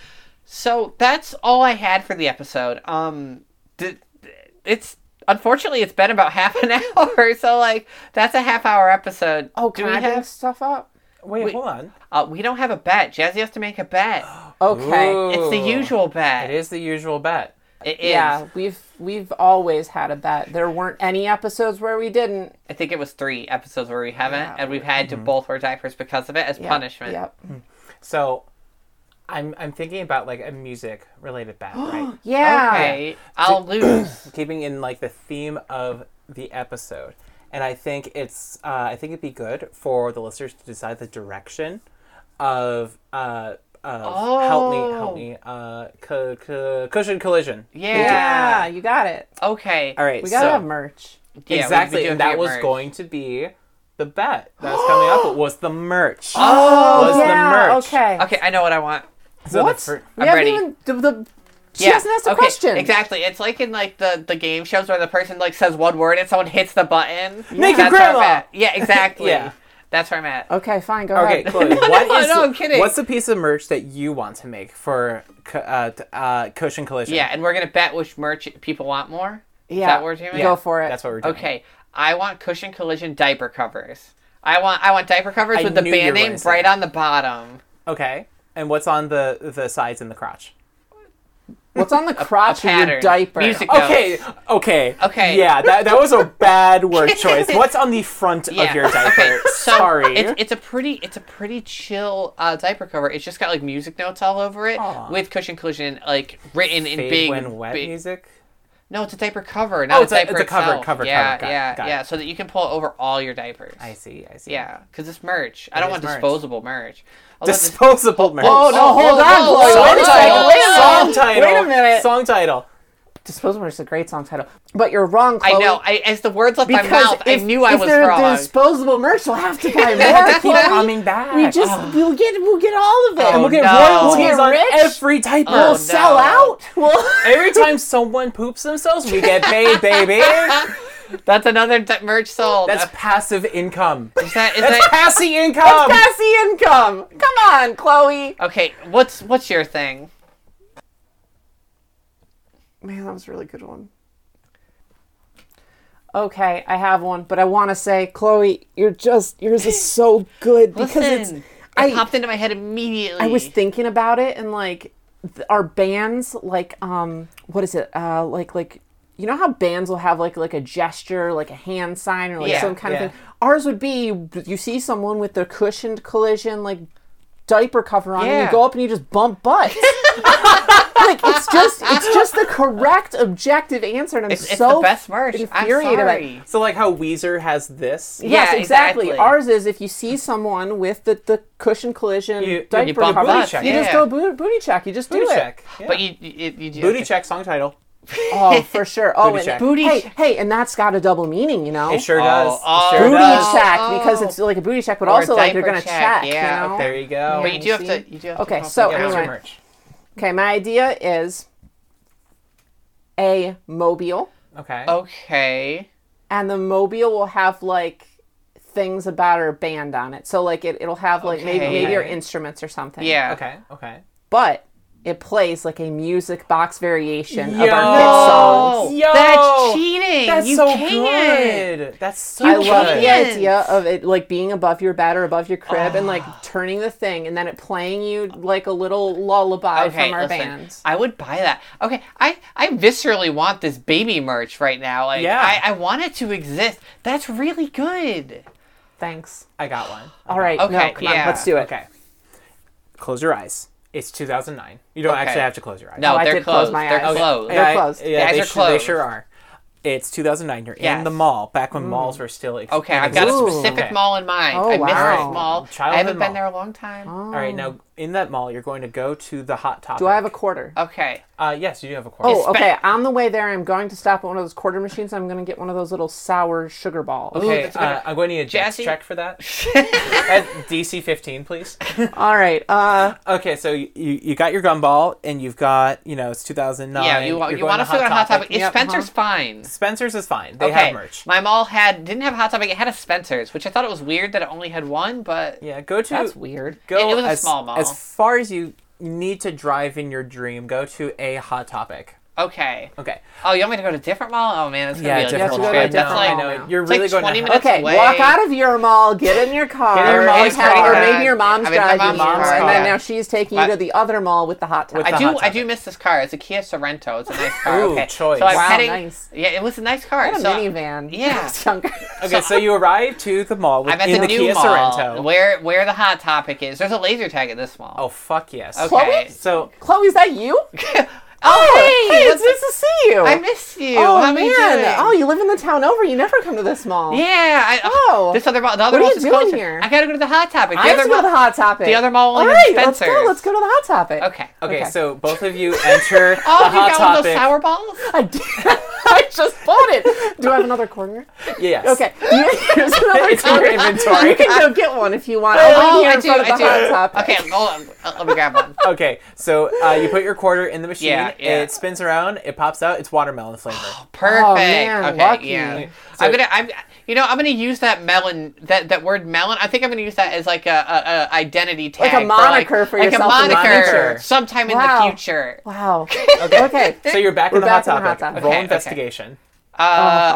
Speaker 4: So that's all I had for the episode. Um. d- d- it's unfortunately it's been about half an hour. So like that's a half hour episode.
Speaker 3: oh,
Speaker 4: do
Speaker 3: can
Speaker 4: we
Speaker 3: I bring
Speaker 4: have?
Speaker 3: stuff up?
Speaker 1: do. Wait,
Speaker 4: Wait.
Speaker 1: hold on.
Speaker 4: Uh, we don't have a bet. Jazzy has to make a bet.
Speaker 3: Okay.
Speaker 1: Ooh.
Speaker 4: It's the usual bet.
Speaker 1: It is the usual bet.
Speaker 4: It is.
Speaker 3: Yeah, we've we've always had a bet. There weren't any episodes where we didn't.
Speaker 4: I think it was three episodes where we haven't, and we've had
Speaker 1: Mm-hmm.
Speaker 4: to both wear diapers because of it as
Speaker 3: Yep,
Speaker 4: punishment.
Speaker 3: Yep.
Speaker 1: Hmm. So, I'm I'm thinking about like a music related bet, right?
Speaker 3: Yeah.
Speaker 4: Okay,
Speaker 1: Ah.
Speaker 4: I'll lose.
Speaker 1: Keeping in like the theme of the episode, and I think it's uh, I think it'd be good for the listeners to decide the direction of uh of help me help
Speaker 4: Oh.
Speaker 1: me uh cu- cu- cushion collision.
Speaker 3: Yeah,
Speaker 4: Yeah.
Speaker 3: you got it.
Speaker 4: Okay.
Speaker 1: All right,
Speaker 3: We gotta
Speaker 1: so-
Speaker 3: have merch.
Speaker 4: Yeah, we- we
Speaker 1: exactly,
Speaker 4: do
Speaker 1: and that
Speaker 4: have to get
Speaker 1: was
Speaker 4: merch.
Speaker 1: going to be the bet that was coming up. It was the merch.
Speaker 4: Oh.
Speaker 1: was
Speaker 3: yeah,
Speaker 1: the merch.
Speaker 3: okay.
Speaker 4: Okay, I know what I want.
Speaker 1: So the
Speaker 3: What?
Speaker 1: fir-
Speaker 3: we
Speaker 4: I'm
Speaker 3: haven't
Speaker 4: ready.
Speaker 3: even the, the she
Speaker 4: Yeah,
Speaker 3: hasn't asked a
Speaker 4: okay,
Speaker 3: question.
Speaker 4: Exactly. It's like in like the, the game shows where the person like says one word and someone hits the button.
Speaker 1: Naked
Speaker 4: That's where I'm
Speaker 1: grandma!
Speaker 4: at. Yeah, exactly.
Speaker 1: Yeah.
Speaker 4: That's where I'm at.
Speaker 3: Okay, fine. Go
Speaker 1: Okay,
Speaker 3: ahead.
Speaker 1: Chloe, what
Speaker 4: no,
Speaker 1: is
Speaker 4: no,
Speaker 1: the-
Speaker 4: I'm kidding.
Speaker 1: what's the piece of merch that you want to make for cu- uh, t- uh, Cushion Collision?
Speaker 4: Yeah, and we're gonna bet which merch people want more.
Speaker 3: Yeah.
Speaker 4: Is that what you're doing?
Speaker 3: Go for it.
Speaker 1: That's what we're doing.
Speaker 4: Okay. I want cushion collision diaper covers. I want I want diaper covers
Speaker 1: I
Speaker 4: with the
Speaker 1: knew you were
Speaker 4: band
Speaker 1: gonna
Speaker 4: name
Speaker 1: say
Speaker 4: right
Speaker 1: that.
Speaker 4: on the bottom.
Speaker 1: Okay. And what's on the the sides and the crotch?
Speaker 3: What's on the crotch of your
Speaker 4: pattern.
Speaker 3: diaper? Oh,
Speaker 4: Music notes.
Speaker 1: Okay, okay.
Speaker 4: Okay.
Speaker 1: Yeah, that, that was a bad word choice. What's on the front of your diaper?
Speaker 4: Okay, so
Speaker 1: Sorry.
Speaker 4: It's, it's a pretty it's a pretty chill uh, diaper cover. It's just got like music notes all over it
Speaker 1: Aw.
Speaker 4: with cushion cushion like written in
Speaker 1: Fade
Speaker 4: big
Speaker 1: when wet
Speaker 4: big-
Speaker 1: music.
Speaker 4: No, it's a diaper cover, not
Speaker 1: Oh, it's
Speaker 4: a
Speaker 1: a-
Speaker 4: diaper
Speaker 1: it's a cover,
Speaker 4: itself.
Speaker 1: cover,
Speaker 4: yeah,
Speaker 1: cover. Got it,
Speaker 4: yeah,
Speaker 1: got it.
Speaker 4: yeah. So that you can pull it over all your diapers.
Speaker 1: I see. I see.
Speaker 4: Yeah, because it's merch. I
Speaker 1: is
Speaker 4: don't want
Speaker 1: merch.
Speaker 4: disposable merch. Although this-
Speaker 1: Disposable merch.
Speaker 4: oh,
Speaker 3: no, hold on, Chloe,
Speaker 4: oh,
Speaker 3: wait a
Speaker 4: oh,
Speaker 3: second,
Speaker 4: oh,
Speaker 3: wait a
Speaker 4: oh.
Speaker 3: second.
Speaker 1: Song title.
Speaker 3: Wait a minute.
Speaker 1: Song title.
Speaker 3: Disposable is a great song title, but you're wrong, Chloe.
Speaker 4: I know. I, as the words left
Speaker 3: Because
Speaker 4: my mouth,
Speaker 3: if,
Speaker 4: I knew I
Speaker 3: if
Speaker 4: was
Speaker 3: they're
Speaker 4: wrong.
Speaker 3: disposable merch, we'll have to buy more.
Speaker 4: That's
Speaker 1: Keep
Speaker 4: why
Speaker 3: Chloe.
Speaker 1: coming back.
Speaker 3: We just we'll get we'll get all of it.
Speaker 1: and we'll get
Speaker 4: no.
Speaker 1: royalties
Speaker 3: We'll
Speaker 1: on
Speaker 3: get rich.
Speaker 1: every diaper.
Speaker 3: we'll
Speaker 4: Oh,
Speaker 3: sell
Speaker 4: no.
Speaker 3: out. We'll
Speaker 1: Every time someone poops themselves, we get paid, baby.
Speaker 4: That's another d- merch sold.
Speaker 1: That's
Speaker 4: Uh,
Speaker 1: passive income.
Speaker 4: is that, is
Speaker 1: That's
Speaker 4: that-
Speaker 1: passive income.
Speaker 3: pass the income. Come on, Chloe.
Speaker 4: okay? What's what's your thing?
Speaker 3: Man, that was a really good one. Okay, I have one, but I want to say, Chloe, you're just yours is so good because it's.
Speaker 4: Listen,
Speaker 3: I-
Speaker 4: it popped into my head immediately.
Speaker 3: I was thinking about it and like th- our bands like um what is it uh like like you know how bands will have like like a gesture like a hand sign or like
Speaker 4: Yeah,
Speaker 3: some kind
Speaker 1: yeah.
Speaker 3: of thing ours would be you see someone with their cushioned collision like diaper cover on and
Speaker 4: Yeah.
Speaker 3: you go up and you just bump butts like it's just it's just the correct objective answer and I'm
Speaker 4: It's- it's
Speaker 3: so
Speaker 4: the best merch. I'm
Speaker 3: infuriated by it.
Speaker 4: sorry.
Speaker 1: So like how Weezer has this.
Speaker 4: Yeah,
Speaker 3: yes, exactly.
Speaker 4: exactly.
Speaker 3: Ours is if you see someone with the, the cushion collision
Speaker 1: You- you
Speaker 3: diaper
Speaker 4: bump
Speaker 3: cover,
Speaker 1: butts,
Speaker 3: you
Speaker 4: yeah.
Speaker 3: just go booty, booty check. You just
Speaker 1: Booty
Speaker 3: do it.
Speaker 1: check.
Speaker 4: but
Speaker 1: Yeah.
Speaker 4: you, you, you, you
Speaker 1: booty check song title.
Speaker 3: Oh, for sure. Oh,
Speaker 1: Booty
Speaker 3: and
Speaker 1: check.
Speaker 4: Booty
Speaker 3: hey,
Speaker 4: check.
Speaker 3: hey, and that's got a double meaning, you know.
Speaker 1: It sure
Speaker 4: Oh,
Speaker 1: does.
Speaker 4: oh.
Speaker 1: it sure
Speaker 3: booty
Speaker 1: does.
Speaker 3: check
Speaker 4: Oh.
Speaker 3: because it's like a booty check, but
Speaker 4: Or a
Speaker 3: also like you're
Speaker 4: diaper
Speaker 3: gonna
Speaker 4: check,
Speaker 3: check.
Speaker 4: yeah.
Speaker 3: you know?
Speaker 1: There you go.
Speaker 4: But you do have
Speaker 3: see?
Speaker 4: to. You do have
Speaker 3: Okay,
Speaker 4: to pop
Speaker 3: so
Speaker 4: it
Speaker 1: yeah,
Speaker 4: down.
Speaker 1: it's your
Speaker 3: anyway.
Speaker 1: merch.
Speaker 3: Okay, my idea is a mobile,
Speaker 1: Okay.
Speaker 4: Oh, Okay.
Speaker 3: and the mobile will have like things about our band on it. So like it, it'll have like maybe
Speaker 4: Okay.
Speaker 3: maybe our instruments or something.
Speaker 4: Yeah.
Speaker 1: Okay. Okay.
Speaker 3: but it plays like a music box variation of
Speaker 1: Yo.
Speaker 3: our hit songs.
Speaker 4: Oh,
Speaker 1: Yo,
Speaker 4: that's cheating.
Speaker 1: That's
Speaker 4: you
Speaker 1: so
Speaker 4: can't.
Speaker 1: good. That's so
Speaker 3: I
Speaker 1: good.
Speaker 3: love the
Speaker 4: Yes.
Speaker 3: idea of it like being above your bed or above your crib and like
Speaker 4: Ah.
Speaker 3: turning the thing and then it playing you like a little lullaby
Speaker 4: Okay,
Speaker 3: from our
Speaker 4: listen,
Speaker 3: band.
Speaker 4: I would buy that. Okay, I I viscerally want this baby merch right now. Like,
Speaker 1: Yeah.
Speaker 4: I, I want it to exist. That's really good.
Speaker 3: Thanks.
Speaker 1: I got one.
Speaker 3: All right,
Speaker 4: Okay,
Speaker 3: no, come on,
Speaker 4: yeah.
Speaker 3: let's do it.
Speaker 1: Okay. Close your eyes. It's 2009. You don't
Speaker 4: Okay.
Speaker 1: actually have to close your eyes.
Speaker 4: No,
Speaker 3: Oh, I
Speaker 4: they're
Speaker 3: did
Speaker 4: closed.
Speaker 3: close my
Speaker 4: they're
Speaker 3: eyes.
Speaker 4: closed.
Speaker 3: Yeah. They're closed.
Speaker 1: Yeah,
Speaker 4: Guys
Speaker 1: they,
Speaker 4: are
Speaker 1: sure, they
Speaker 4: closed.
Speaker 1: sure are. It's 2009. You're in
Speaker 4: Yes.
Speaker 1: the mall back
Speaker 3: Mm.
Speaker 1: when malls were still. Ex-
Speaker 4: Okay,
Speaker 1: in
Speaker 4: I've got a
Speaker 1: existence.
Speaker 4: specific
Speaker 1: Okay.
Speaker 4: mall in mind.
Speaker 3: Oh,
Speaker 4: I miss
Speaker 3: wow.
Speaker 4: this mall.
Speaker 1: Childhood
Speaker 4: I haven't
Speaker 1: mall.
Speaker 4: been there a long time.
Speaker 1: All right, now in that mall, you're going to go to the hot topic.
Speaker 3: Do I have a quarter?
Speaker 4: Okay.
Speaker 1: Uh, yes, you do have a quarter.
Speaker 3: Oh,
Speaker 4: Spe-
Speaker 3: okay. On the way there, I'm going to stop at one of those quarter machines. I'm going to get one of those little sour sugar balls.
Speaker 4: Ooh,
Speaker 1: Okay,
Speaker 4: that's a good-
Speaker 1: uh, I'm going to need a dex
Speaker 4: Jazzy-
Speaker 1: check for that. Uh, At DC 15, please.
Speaker 3: All right. Uh,
Speaker 1: Okay, so you, you got your gumball, and you've got, you know, it's 2009.
Speaker 4: yeah, you, want
Speaker 1: you're
Speaker 4: you
Speaker 1: going
Speaker 4: want to figure out Hot Topic. It's
Speaker 3: Yep, uh-huh.
Speaker 4: Spencer's fine.
Speaker 1: Spencer's is fine. They
Speaker 4: okay.
Speaker 1: have merch.
Speaker 4: My mall had didn't have Hot Topic. It had a Spencer's, which I thought it was weird that it only had one, but
Speaker 1: Yeah, go to
Speaker 3: that's weird.
Speaker 1: go
Speaker 4: It- it was a
Speaker 1: as,
Speaker 4: small mall.
Speaker 1: as far as you need to drive in your dream. Go to a hot topic.
Speaker 4: okay.
Speaker 1: Okay.
Speaker 4: Oh, you want me to go to a different mall? Oh man, it's gonna
Speaker 1: Yeah,
Speaker 4: be a
Speaker 1: different
Speaker 4: different
Speaker 3: mall.
Speaker 4: trip.
Speaker 3: You have to go to a
Speaker 4: That's
Speaker 3: different
Speaker 4: like
Speaker 3: mall
Speaker 1: I
Speaker 3: now.
Speaker 1: know you're
Speaker 4: It's
Speaker 1: really
Speaker 4: like
Speaker 1: going
Speaker 4: 20
Speaker 1: to
Speaker 4: minutes
Speaker 3: Okay,
Speaker 4: away.
Speaker 3: walk out of your mall, get in your car,
Speaker 1: Get in your mom's
Speaker 3: and have-
Speaker 1: car.
Speaker 3: or maybe your mom's
Speaker 4: I mean, my
Speaker 3: driving,
Speaker 4: mom's
Speaker 1: car,
Speaker 3: and then
Speaker 1: yeah.
Speaker 3: now she's taking you
Speaker 4: But-
Speaker 3: to the other mall with the hot tub.
Speaker 1: With
Speaker 4: I
Speaker 1: the
Speaker 4: do.
Speaker 1: Hot
Speaker 4: I
Speaker 1: Topic.
Speaker 4: do miss this car. It's a Kia Sorento. It's a nice car.
Speaker 1: Ooh,
Speaker 4: okay.
Speaker 1: choice.
Speaker 4: So I'm
Speaker 3: Wow,
Speaker 4: heading.
Speaker 3: nice.
Speaker 4: Yeah, it was a nice car.
Speaker 3: I had a
Speaker 4: so
Speaker 3: minivan.
Speaker 4: yeah.
Speaker 3: It's younger.
Speaker 1: Okay, so you arrive to the mall with,
Speaker 4: I'm at
Speaker 1: in the,
Speaker 4: the, new
Speaker 1: Kia
Speaker 4: mall,
Speaker 1: Sorento.
Speaker 4: where where the hot topic is. There's a laser tag at this mall.
Speaker 1: Oh fuck yes.
Speaker 4: okay.
Speaker 1: So
Speaker 3: Chloe, is that you?
Speaker 4: Oh,
Speaker 3: hey,
Speaker 4: hey,
Speaker 3: it's nice to see you.
Speaker 4: I miss you.
Speaker 3: oh
Speaker 4: How
Speaker 3: man!
Speaker 4: you doing?
Speaker 3: Oh, you live in the town over. You never come to this mall.
Speaker 4: yeah. I,
Speaker 3: Oh.
Speaker 4: this other mall. The
Speaker 3: What
Speaker 4: other
Speaker 3: are
Speaker 4: mall
Speaker 3: you
Speaker 4: is
Speaker 3: doing
Speaker 4: closer.
Speaker 3: here?
Speaker 4: I gotta go to the hot topic. The
Speaker 3: I have
Speaker 4: other
Speaker 3: to go to
Speaker 4: mall-
Speaker 3: the hot topic.
Speaker 4: the other mall
Speaker 3: All
Speaker 4: only
Speaker 3: right,
Speaker 4: has
Speaker 3: let's go.
Speaker 4: Spencer's.
Speaker 3: Let's go to the hot topic.
Speaker 4: Okay.
Speaker 1: okay,
Speaker 3: Okay.
Speaker 1: so both of you enter the
Speaker 4: Oh,
Speaker 1: hot
Speaker 4: you got one of
Speaker 1: topic.
Speaker 4: those sour balls?
Speaker 3: I, did- I just bought it. Do I have another quarter?
Speaker 1: Yes.
Speaker 3: Okay. Here's another
Speaker 1: It's in your
Speaker 3: quarter.
Speaker 1: inventory.
Speaker 3: You can go get one if you want. I'll wait here
Speaker 4: Oh, I
Speaker 3: in
Speaker 4: do,
Speaker 3: front of
Speaker 4: I
Speaker 3: the hot
Speaker 4: do.
Speaker 3: topic.
Speaker 4: Okay, hold on. Uh, Let me grab one.
Speaker 1: Okay, so uh, you put your quarter in the machine.
Speaker 4: Yeah, yeah.
Speaker 1: It spins around. It pops out. It's watermelon flavor.
Speaker 4: Perfect.
Speaker 3: Oh, man,
Speaker 4: okay,
Speaker 3: lucky.
Speaker 4: yeah.
Speaker 1: So-
Speaker 4: I'm gonna. I'm. You know, I'm gonna use that melon. That that word melon. I think I'm gonna use that as like a, a, a identity tag,
Speaker 3: a
Speaker 4: for,
Speaker 3: moniker for
Speaker 4: like
Speaker 3: yourself in
Speaker 4: Like
Speaker 3: the
Speaker 4: a moniker,
Speaker 1: future.
Speaker 4: sometime
Speaker 3: Wow.
Speaker 4: in the future.
Speaker 3: Wow.
Speaker 1: Okay.
Speaker 3: Okay.
Speaker 1: So you're back,
Speaker 3: We're
Speaker 1: in, the
Speaker 3: back
Speaker 1: hot
Speaker 3: in the
Speaker 1: topic.
Speaker 3: hot topic.
Speaker 1: Roll
Speaker 4: Okay, okay.
Speaker 1: investigation.
Speaker 4: Uh,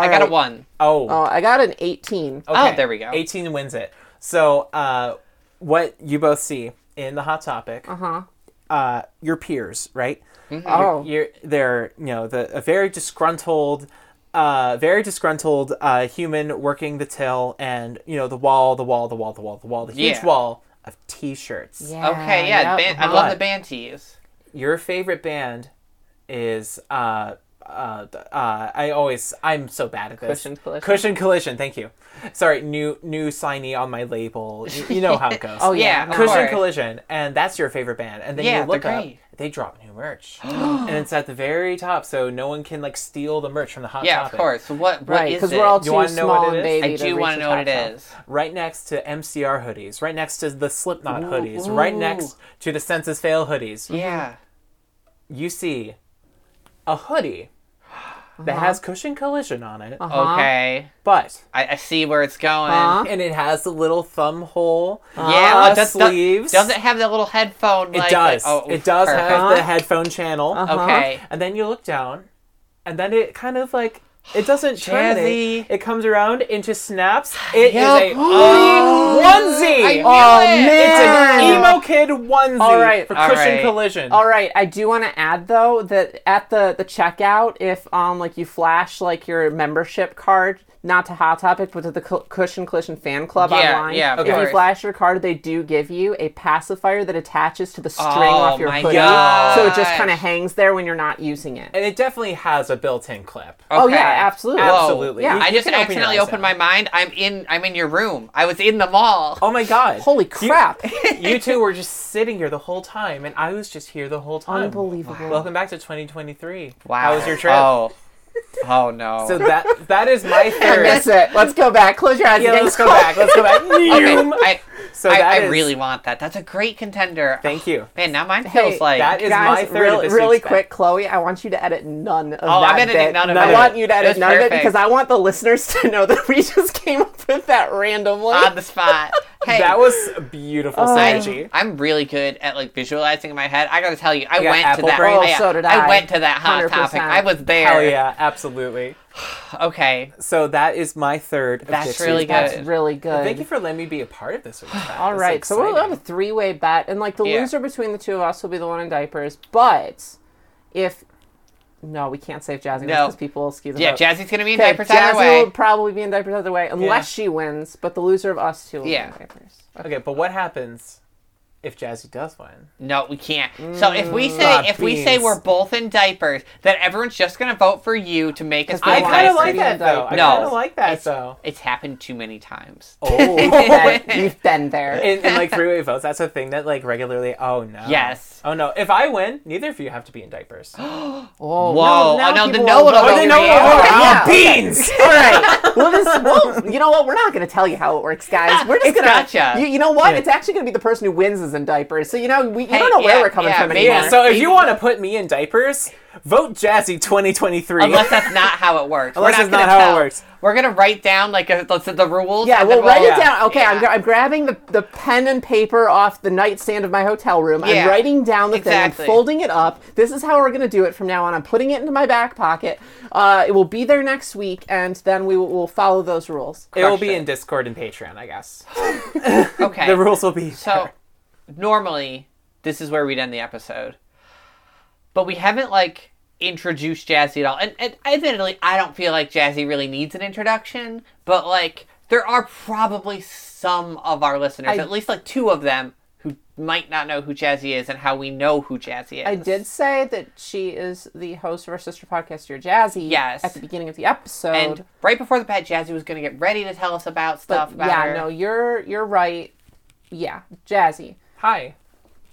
Speaker 4: I got
Speaker 3: alright.
Speaker 4: a one.
Speaker 1: Oh.
Speaker 3: Oh, I got an 18.
Speaker 1: Okay.
Speaker 4: Oh, there we go.
Speaker 1: 18 wins it. So, uh, what you both see in the Hot Topic
Speaker 3: Uh huh.
Speaker 1: uh, your peers, right?
Speaker 3: Oh.
Speaker 1: you're, they're you know the a very disgruntled, uh, very disgruntled uh, human working the till and you know the wall, the wall, the wall, the wall, the wall, the huge
Speaker 4: Yeah.
Speaker 1: wall of t-shirts.
Speaker 4: Okay, yeah,
Speaker 3: yep,
Speaker 4: ban- I
Speaker 3: uh-huh.
Speaker 4: love the band tees.
Speaker 1: Your favorite band is uh. Uh, uh, I always I'm so bad at this.
Speaker 4: Cushion Collision?
Speaker 1: Cushion collision. Thank you. Sorry, new new signee on my label. You, you know how it goes.
Speaker 3: Oh
Speaker 4: Yeah,
Speaker 3: yeah,
Speaker 4: of
Speaker 3: no.
Speaker 1: Cushion
Speaker 4: course.
Speaker 1: Collision, and that's your favorite band. And then
Speaker 4: Yeah,
Speaker 1: you look
Speaker 4: they're
Speaker 1: up,
Speaker 4: great.
Speaker 1: they drop new merch, and it's at the very top, so no one can like steal the merch from the hot.
Speaker 4: Yeah,
Speaker 1: Topic.
Speaker 4: of course. So What what
Speaker 3: right?
Speaker 4: is
Speaker 3: Because
Speaker 4: it?
Speaker 3: we're all
Speaker 1: You
Speaker 3: too
Speaker 1: wanna know what
Speaker 3: small
Speaker 1: it
Speaker 3: and
Speaker 1: is?
Speaker 3: baby.
Speaker 4: I do
Speaker 3: want
Speaker 4: want
Speaker 3: to reach
Speaker 4: to know what it
Speaker 3: the top shelf.
Speaker 4: is.
Speaker 1: Right next to MCR hoodies, right next to the Slipknot hoodies, right next to the Census Fail hoodies,
Speaker 3: Mm-hmm.
Speaker 4: Yeah.
Speaker 1: you see a hoodie
Speaker 4: Uh-huh.
Speaker 1: that has Cushion Collision on it,
Speaker 3: Uh-huh.
Speaker 4: Okay.
Speaker 1: but
Speaker 4: I, I see where it's going.
Speaker 3: Uh-huh. Ah,
Speaker 1: and it has the little thumb hole.
Speaker 4: Yeah,
Speaker 1: uh,
Speaker 4: it does,
Speaker 1: sleeves.
Speaker 4: Does, not it have that little headphone?
Speaker 1: It
Speaker 4: like,
Speaker 1: does.
Speaker 4: oh,
Speaker 1: it does have
Speaker 4: perfect. Uh-huh.
Speaker 1: the headphone channel.
Speaker 3: Uh-huh.
Speaker 4: Okay.
Speaker 1: And then you look down, and then it kind of like it doesn't terminate.
Speaker 4: Jazzy.
Speaker 1: It comes around into snaps. It is a
Speaker 4: Yep.
Speaker 1: uh, onesie.
Speaker 4: I knew
Speaker 1: Oh,
Speaker 4: it.
Speaker 1: It's an
Speaker 3: Yeah.
Speaker 1: emo kid onesie
Speaker 3: All right.
Speaker 1: for
Speaker 4: All
Speaker 1: Cushion
Speaker 4: right.
Speaker 1: Collision.
Speaker 3: All right, I do want to add though that at the the checkout, if um like you flash like your membership card, not to Hot Topic, but to the Cu- Cushion Collision Fan Club
Speaker 4: Yeah,
Speaker 3: online,
Speaker 4: yeah, of
Speaker 3: if you
Speaker 4: course.
Speaker 3: flash your card, they do give you a pacifier that attaches to the string off your
Speaker 4: Oh my
Speaker 3: hoodie,
Speaker 4: gosh.
Speaker 3: so it just kind of hangs there when you're not using it.
Speaker 1: And it definitely has a built-in clip.
Speaker 3: Oh
Speaker 4: Okay.
Speaker 3: yeah, absolutely.
Speaker 4: Whoa.
Speaker 1: Absolutely.
Speaker 3: Yeah.
Speaker 1: You-
Speaker 4: I
Speaker 1: you
Speaker 4: just
Speaker 1: can open your
Speaker 4: accidentally
Speaker 1: eyes
Speaker 4: opened
Speaker 1: now.
Speaker 4: my mind. I'm in. I'm in your room. I was in the mall.
Speaker 1: Oh my god.
Speaker 3: Holy crap!
Speaker 1: You, you two were just sitting here the whole time, and I was just here the whole time.
Speaker 3: Unbelievable.
Speaker 1: Welcome back to 2023.
Speaker 4: Wow.
Speaker 1: How was your trip?
Speaker 4: Oh. Oh no.
Speaker 1: So that that is my
Speaker 3: I
Speaker 1: theory.
Speaker 3: miss it. Let's go back. Close your eyes.
Speaker 1: Yeah,
Speaker 3: and
Speaker 1: let's go back. Let's go back.
Speaker 4: Okay,
Speaker 1: Meow.
Speaker 4: I,
Speaker 1: so
Speaker 4: I,
Speaker 1: that
Speaker 4: I
Speaker 1: is-
Speaker 4: really want that. That's a great contender.
Speaker 1: Thank you.
Speaker 4: Man, now mine
Speaker 3: Hey,
Speaker 4: feels like
Speaker 1: that is my
Speaker 3: Guys,
Speaker 1: third
Speaker 3: real-
Speaker 1: of this
Speaker 3: really
Speaker 1: week's
Speaker 3: quick, Chloe, I want you to edit none of
Speaker 4: Oh,
Speaker 3: that.
Speaker 4: I'm editing
Speaker 3: bit.
Speaker 4: none of
Speaker 1: None
Speaker 3: I
Speaker 1: of
Speaker 3: want
Speaker 4: it.
Speaker 3: you to edit
Speaker 4: It's
Speaker 3: none of it
Speaker 4: perfect.
Speaker 3: because I want the listeners to know that we just came up with that randomly.
Speaker 4: on the spot. Hey,
Speaker 1: That was a beautiful
Speaker 3: Oh.
Speaker 1: synergy.
Speaker 4: I, I'm really good at like visualizing in my head. I gotta tell you, I
Speaker 1: got
Speaker 4: went to
Speaker 1: apple
Speaker 4: that.
Speaker 1: brain?
Speaker 3: Oh, so did I.
Speaker 4: went to that hot
Speaker 3: 100%.
Speaker 4: topic. I was there.
Speaker 1: Hell yeah, absolutely.
Speaker 4: Okay.
Speaker 1: So that is my third. of
Speaker 4: That's
Speaker 1: this
Speaker 4: really
Speaker 1: week's
Speaker 4: good.
Speaker 1: batch.
Speaker 3: That's really good.
Speaker 1: Thank you for letting me be a part of this.
Speaker 3: All right, so we'll have a three-way bet, and like the
Speaker 4: Yeah.
Speaker 3: loser between the two of us will be the one in diapers. But if no, we can't save Jazzy
Speaker 4: No.
Speaker 3: because people will skew the
Speaker 4: Yeah,
Speaker 3: vote.
Speaker 4: Jazzy's gonna be in
Speaker 3: Okay,
Speaker 4: diapers either
Speaker 3: Jazzy
Speaker 4: way.
Speaker 3: will probably be in diapers either way, unless she wins. But the loser of us two will
Speaker 4: Yeah.
Speaker 3: be in diapers.
Speaker 1: okay, but what happens if Jazzy does win?
Speaker 4: No, we can't. So if we say
Speaker 1: Ah,
Speaker 4: if we say
Speaker 1: beans.
Speaker 4: we're both in diapers, then everyone's just gonna vote for you to make us
Speaker 1: I
Speaker 3: I
Speaker 4: feel
Speaker 3: want
Speaker 1: kind
Speaker 3: kinda
Speaker 1: of
Speaker 3: to
Speaker 1: like
Speaker 3: be
Speaker 1: that
Speaker 3: in
Speaker 1: though. I
Speaker 3: diapers.
Speaker 1: kind
Speaker 4: No.
Speaker 1: of like that
Speaker 4: It's-
Speaker 1: though.
Speaker 4: It's happened too many times.
Speaker 1: Oh.
Speaker 3: You've been- You've been there.
Speaker 1: In, in like three-way votes, that's a thing that like regularly. Oh no.
Speaker 4: Yes.
Speaker 1: Oh no. If I win, neither of you have to be in diapers.
Speaker 3: Whoa!
Speaker 4: Whoa.
Speaker 3: now
Speaker 4: Oh, no, the
Speaker 3: people
Speaker 4: no
Speaker 3: will
Speaker 4: it'll
Speaker 3: vote
Speaker 4: go
Speaker 1: oh, they
Speaker 4: your
Speaker 1: know
Speaker 4: man.
Speaker 1: oh,
Speaker 3: Okay, yeah,
Speaker 1: oh,
Speaker 3: okay.
Speaker 1: beans.
Speaker 3: All right. Well, this, well, you know what? We're not going to tell you how it works, guys. We're just
Speaker 4: It's
Speaker 3: going
Speaker 4: gotcha.
Speaker 3: You, you know what?
Speaker 1: Yeah.
Speaker 3: It's actually going to be the person who wins is in diapers. So you know, we you
Speaker 4: Hey,
Speaker 3: don't know where
Speaker 4: yeah,
Speaker 3: we're coming
Speaker 4: yeah,
Speaker 3: from
Speaker 4: maybe.
Speaker 3: anymore.
Speaker 1: Yeah, so if you want to put me in diapers, vote Jazzy 2023.
Speaker 4: Unless that's not how it works.
Speaker 1: Unless
Speaker 4: We're
Speaker 1: it's not
Speaker 4: gonna
Speaker 1: how it
Speaker 4: tell.
Speaker 1: works.
Speaker 4: We're gonna write down like a, let's say the rules.
Speaker 3: yeah,
Speaker 4: and
Speaker 3: we'll
Speaker 4: then
Speaker 3: write
Speaker 1: yeah.
Speaker 3: it down. Okay, I'm,
Speaker 4: Yeah.
Speaker 3: gra- I'm grabbing the, the pen and paper off the nightstand of my hotel room.
Speaker 4: Yeah.
Speaker 3: I'm writing down the thing.
Speaker 4: Exactly.
Speaker 3: I'm folding it up. This is how we're going to do it from now on. I'm putting it into my back pocket. Uh, it will be there next week, and then we will we'll follow those rules.
Speaker 1: it will
Speaker 4: crush
Speaker 1: be
Speaker 4: it.
Speaker 1: in Discord and Patreon, I guess.
Speaker 4: Okay.
Speaker 1: The rules will be
Speaker 4: So normally this is where we'd end the episode. But we haven't like introduced Jazzy at all. And, and admittedly, I don't feel like Jazzy really needs an introduction, but like there are probably some of our listeners,
Speaker 3: I-
Speaker 4: at least like two of them, who might not know who Jazzy is and how we know who Jazzy is.
Speaker 3: I did say that she is the host of our sister podcast, Your Jazzy.
Speaker 4: Yes.
Speaker 3: At the beginning of the episode.
Speaker 4: And right before the pet, Jazzy was going to get ready to tell us about
Speaker 3: but
Speaker 4: stuff. About
Speaker 3: yeah,
Speaker 4: her.
Speaker 3: no, you're you're right. Yeah, Jazzy.
Speaker 1: hi.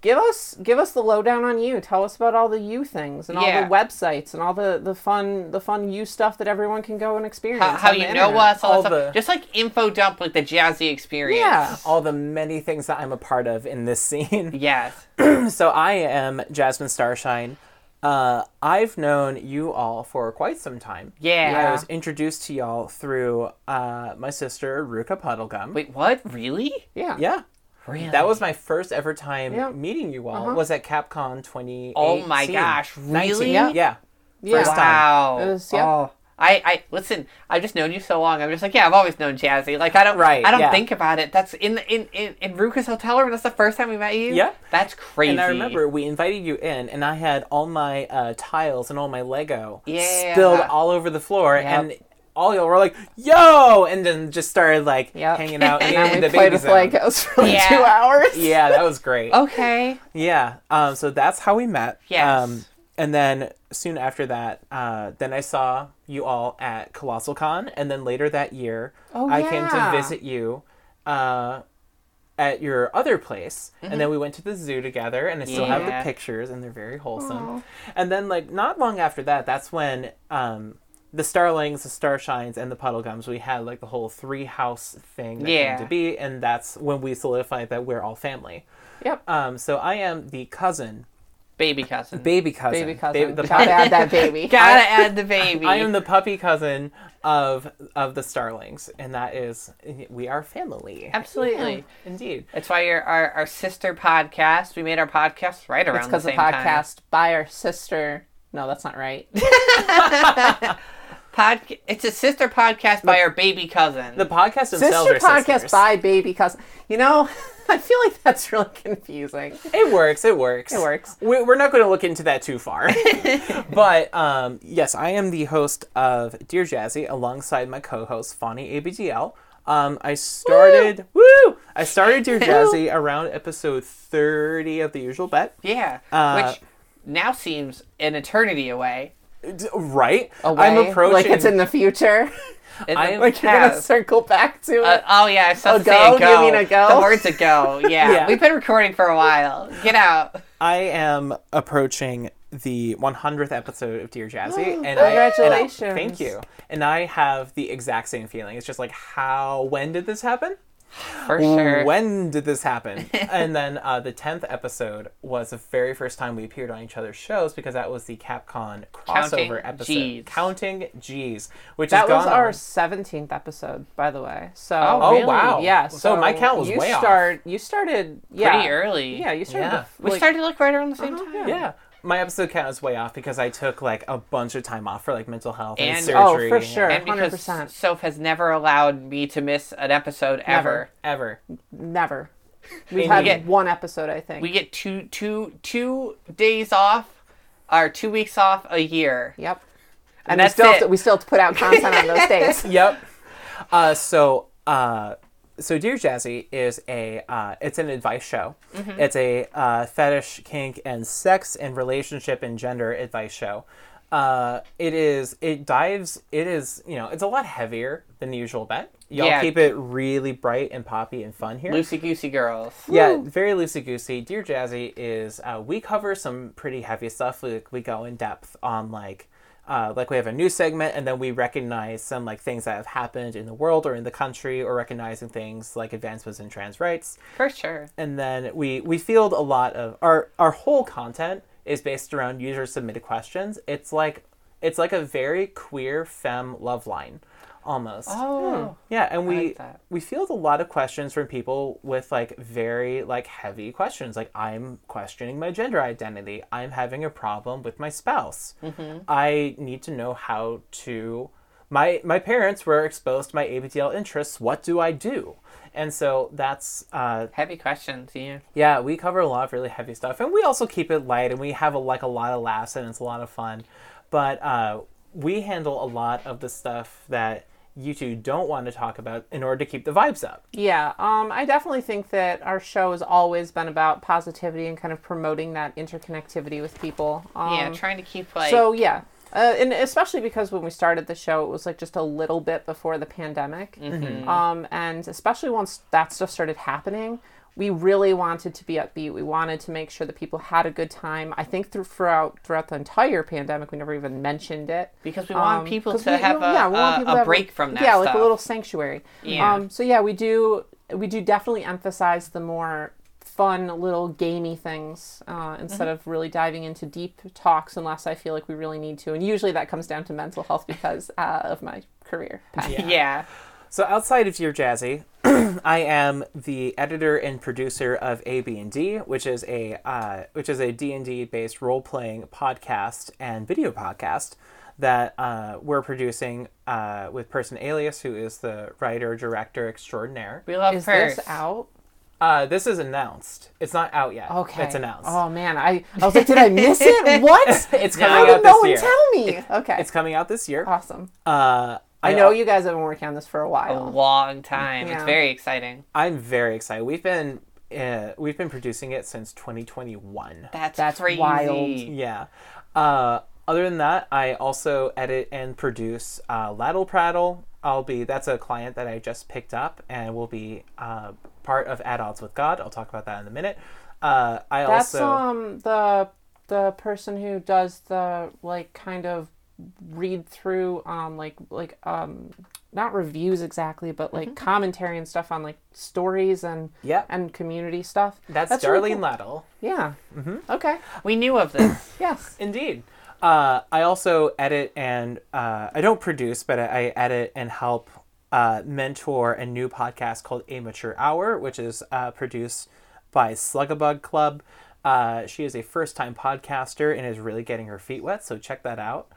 Speaker 3: Give us give us the lowdown on you. Tell us about all the you things and all
Speaker 4: Yeah.
Speaker 3: the websites and all the, the fun the fun you stuff that everyone can go and experience.
Speaker 4: uh, How, how
Speaker 3: on the
Speaker 4: you know
Speaker 3: internet.
Speaker 4: us, all,
Speaker 1: All
Speaker 4: that
Speaker 1: the-
Speaker 4: stuff. Just like info dump, like the Jazzy experience.
Speaker 3: Yeah.
Speaker 1: All the many things that I'm a part of in this scene.
Speaker 4: Yes.
Speaker 1: so I am Jasmine Starshine. Uh, I've known you all for quite some time. I
Speaker 4: Yeah.
Speaker 1: was introduced to y'all through uh, my sister Ruka Puddlegum.
Speaker 4: Wait, what? Really?
Speaker 3: Yeah.
Speaker 1: Yeah.
Speaker 4: Really?
Speaker 1: That was my first ever time
Speaker 3: Yeah.
Speaker 1: meeting you all. Was at CapCon 2018.
Speaker 4: Uh-huh. Oh my gosh, really?
Speaker 1: Yeah.
Speaker 3: Yeah.
Speaker 1: First time.
Speaker 4: Wow.
Speaker 3: It was- yeah.
Speaker 4: Oh, I, I listen. I've just known you so long. I'm just like, yeah, I've always known Jazzy. Like, I don't,
Speaker 1: Right,
Speaker 4: I don't
Speaker 1: yeah.
Speaker 4: think about it. That's in in in, in Ruka's hotel room. That's the first time we met you.
Speaker 1: Yep.
Speaker 4: that's crazy.
Speaker 1: And I remember we invited you in, and I had all my uh, tiles and all my Lego
Speaker 4: Yeah.
Speaker 1: spilled all over the floor,
Speaker 4: Yep.
Speaker 1: and all y'all were like, "Yo!" and then just started like
Speaker 4: Yep.
Speaker 1: hanging out
Speaker 4: And
Speaker 1: in
Speaker 4: then
Speaker 3: we
Speaker 1: the
Speaker 3: played
Speaker 1: baby
Speaker 3: with
Speaker 1: zone.
Speaker 3: Legos for like
Speaker 4: Yeah.
Speaker 3: two hours.
Speaker 1: Yeah, that was great.
Speaker 4: Okay.
Speaker 1: Yeah. Um, so that's how we met.
Speaker 4: Yes.
Speaker 1: Um, and then soon after that, uh, then I saw you all at Colossal Con, and then later that year,
Speaker 3: Oh,
Speaker 1: I came
Speaker 3: yeah.
Speaker 1: to visit you uh, at your other place, and then we went to the zoo together, and I still have
Speaker 4: Mm-hmm.
Speaker 1: the
Speaker 4: Yeah.
Speaker 1: pictures, and they're very wholesome. And then, like not long after that, that's when um, the Starlings, the Starshines, and the Puddlegums, we had like the whole three house thing that
Speaker 4: Yeah.
Speaker 1: came to be, and that's when we solidified that we're all family.
Speaker 3: Yep.
Speaker 1: Um, so I am the cousin,
Speaker 4: Baby cousin.
Speaker 1: baby cousin,
Speaker 3: Baby
Speaker 1: ba-
Speaker 3: cousin.
Speaker 1: the pup-
Speaker 3: Gotta add that baby.
Speaker 4: Gotta add the baby.
Speaker 1: I am the puppy cousin of of the starlings, and that is we are family.
Speaker 4: Absolutely.
Speaker 1: Indeed.
Speaker 4: That's why your our, our sister podcast. We made our podcast right around
Speaker 3: It's because the
Speaker 4: the same time.
Speaker 3: podcast by our sister. No, that's not right.
Speaker 4: Podca- it's a sister podcast by our baby cousin.
Speaker 1: The podcast themselves
Speaker 3: sister
Speaker 1: are
Speaker 3: podcast
Speaker 1: sisters.
Speaker 3: by baby cousin. You know, I feel like that's really confusing.
Speaker 1: It works. It works.
Speaker 3: It works.
Speaker 1: We, we're not going to look into that too far. but um, yes, I am the host of Dear Jazzy alongside my co-host Fani ABGL. Um, I started. Woo! I started Dear Jazzy around episode thirty of The Usual Bet.
Speaker 4: yeah,
Speaker 1: Uh,
Speaker 4: which now seems an eternity away.
Speaker 1: D- Right.
Speaker 3: Away,
Speaker 1: I'm approaching.
Speaker 3: like it's in the future.
Speaker 4: In
Speaker 1: I
Speaker 4: the
Speaker 1: am-
Speaker 3: like you're gonna
Speaker 4: past.
Speaker 3: circle back to
Speaker 4: Uh,
Speaker 3: it.
Speaker 4: oh yeah, I saw
Speaker 3: go?
Speaker 4: go.
Speaker 3: You
Speaker 4: go.
Speaker 3: mean a go?
Speaker 4: The word's a go. Yeah.
Speaker 1: Yeah.
Speaker 4: we've been recording for a while. Get out.
Speaker 1: I am approaching the 100th episode of Dear Jazzy, and I, and I-
Speaker 3: Congratulations.
Speaker 1: thank you. And I have the exact same feeling. It's just like, how? When did this happen?
Speaker 4: For sure.
Speaker 1: When did this happen? and then uh, the 10th episode was the very first time we appeared on each other's shows because that was the Capcom crossover
Speaker 4: Counting
Speaker 1: episode,
Speaker 4: G's.
Speaker 1: Counting G's, which
Speaker 3: That
Speaker 1: is
Speaker 3: was
Speaker 1: gone
Speaker 3: our
Speaker 1: on-
Speaker 3: seventeenth episode, by the way. So
Speaker 4: Oh, really?
Speaker 1: wow.
Speaker 3: yeah.
Speaker 1: So
Speaker 3: So,
Speaker 1: my count was
Speaker 3: you
Speaker 1: way off.
Speaker 3: start, You started yeah,
Speaker 4: Pretty early.
Speaker 3: Yeah, you started.
Speaker 1: Yeah.
Speaker 3: bef-
Speaker 4: we
Speaker 3: like- Uh-huh,
Speaker 4: started like right around the same time.
Speaker 1: Yeah. My episode count is way off because I took like a bunch of time off for like mental health and,
Speaker 4: And-
Speaker 3: Oh,
Speaker 1: surgery.
Speaker 3: for
Speaker 1: and-
Speaker 3: sure.
Speaker 4: And because
Speaker 3: 100%.
Speaker 4: Soph has never allowed me to miss an episode ever.
Speaker 1: Ever.
Speaker 3: Never. We've
Speaker 1: And
Speaker 3: had
Speaker 1: we get-
Speaker 3: one episode, I think.
Speaker 4: We get two two two days off or two weeks off a year.
Speaker 3: yep. And,
Speaker 4: And
Speaker 3: we
Speaker 4: that's
Speaker 3: still have
Speaker 4: it.
Speaker 3: to, we still have to put out content on those days.
Speaker 1: yep. Uh, so, uh, so Dear Jazzy is a uh, it's an advice show. It's a uh, fetish, kink, and sex and relationship and gender advice show. Uh, it is it dives it is you know it's a lot heavier than the usual bet. Y'all
Speaker 4: Yeah.
Speaker 1: keep it really bright and poppy and fun here.
Speaker 4: Loosey Goosey Girls.
Speaker 1: Yeah, very loosey goosey. Dear Jazzy is uh, we cover some pretty heavy stuff. We, we go in depth on like uh, like we have a new segment, and then we recognize some like things that have happened in the world or in the country, or recognizing things like advancements in trans rights.
Speaker 4: For sure.
Speaker 1: And then we we field a lot of our our whole content is based around user submitted questions. It's like it's like a very queer femme love line, almost.
Speaker 4: Oh.
Speaker 1: Yeah, and we
Speaker 4: like that.
Speaker 1: we field a lot of questions from people with like very like heavy questions, like I'm questioning my gender identity, I'm having a problem with my spouse,
Speaker 4: Mm-hmm.
Speaker 1: I need to know how to. My my parents were exposed to my ABDL interests. What do I do? And so that's uh,
Speaker 4: Heavy questions, yeah.
Speaker 1: yeah, we cover a lot of really heavy stuff, and we also keep it light, and we have a, like a lot of laughs, and it's a lot of fun. But uh, we handle a lot of the stuff that you two don't want to talk about in order to keep the vibes up.
Speaker 3: Yeah, um, I definitely think that our show has always been about positivity and kind of promoting that interconnectivity with people. Um,
Speaker 4: yeah, trying to keep like
Speaker 3: so yeah, uh, and especially because when we started the show, it was like just a little bit before the pandemic,
Speaker 4: Mm-hmm.
Speaker 3: um, and especially once that stuff started happening, we really wanted to be upbeat. We wanted to make sure that people had a good time. I think through, throughout throughout the entire pandemic, we never even mentioned it.
Speaker 4: because we want
Speaker 3: Um,
Speaker 4: people
Speaker 3: 'cause
Speaker 4: to
Speaker 3: we-
Speaker 4: have a,
Speaker 3: we- yeah, we want
Speaker 4: a,
Speaker 3: people
Speaker 4: a
Speaker 3: to have
Speaker 4: break from that
Speaker 3: Yeah,
Speaker 4: stuff.
Speaker 3: like a little sanctuary.
Speaker 4: Yeah.
Speaker 3: Um, so yeah, we do we do definitely emphasize the more fun little gamey things uh, instead
Speaker 4: Mm-hmm.
Speaker 3: of really diving into deep talks unless I feel like we really need to. And usually that comes down to mental health because uh, of my career. path.
Speaker 4: yeah.
Speaker 1: So outside of Dear Jazzy, I am the editor and producer of A B and D, which is a uh, which is a D and D based role playing podcast and video podcast that uh, we're producing uh, with Person Alias, who is the writer director extraordinaire.
Speaker 4: We love
Speaker 3: Is
Speaker 4: her.
Speaker 3: this out?
Speaker 1: Uh, this is announced. It's not out yet.
Speaker 3: Okay.
Speaker 1: It's announced.
Speaker 3: Oh man, I, I was like, did I miss it? What?
Speaker 1: It's
Speaker 4: No.
Speaker 3: How
Speaker 1: coming
Speaker 3: did
Speaker 1: out
Speaker 3: no
Speaker 1: this
Speaker 3: one
Speaker 1: year.
Speaker 3: tell me? okay,
Speaker 1: It's coming out this year.
Speaker 3: awesome.
Speaker 1: Uh,
Speaker 3: I know you guys have been working on this for a
Speaker 4: A
Speaker 3: while.
Speaker 4: long time. It's
Speaker 3: Yeah.
Speaker 4: very exciting.
Speaker 1: I'm very excited. We've been uh, we've been producing it since 2021.
Speaker 4: That's,
Speaker 3: That's
Speaker 4: crazy.
Speaker 3: wild.
Speaker 1: Yeah. Uh, other than that, I also edit and produce uh, Laddle Prattle. I'll be that's a client that I just picked up and will be uh, part of At Odds with God. I'll talk about that in a minute. Uh, I
Speaker 3: That's
Speaker 1: also
Speaker 3: um the the person who does the like kind of read through um like like um not reviews exactly but like commentary and stuff on like stories and
Speaker 1: Mm-hmm. Yep.
Speaker 3: and community stuff.
Speaker 1: that's,
Speaker 3: really
Speaker 1: Darlene
Speaker 3: cool.
Speaker 1: Laddle.
Speaker 3: Yeah. Mm-hmm. Okay.
Speaker 4: We knew of this.
Speaker 3: Yes.
Speaker 1: Indeed. Uh, I also edit and uh, I don't produce, but I, I edit and help uh, mentor a new podcast called Amateur Hour, which is uh, produced by Slugabug Club. Uh, she is a first time podcaster and is really getting her feet wet, so check that out.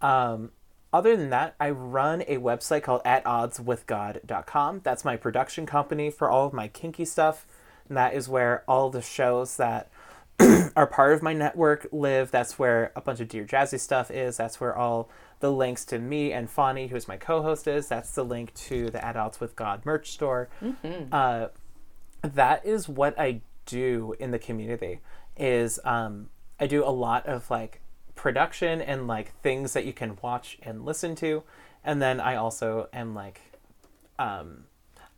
Speaker 1: Um, other than that, I run a website called at oddswithgod.com. That's my production company for all of my kinky stuff. And that is where all the shows that are part of my network live. That's where a bunch of Dear Jazzy stuff is. That's where all the links to me and Fani, who is my co-host, is. That's the link to the Adults with God merch store. Uh, that is what I do in the community. Is um, I do a lot of like production and like things that you can watch and listen to, and then I also am like um,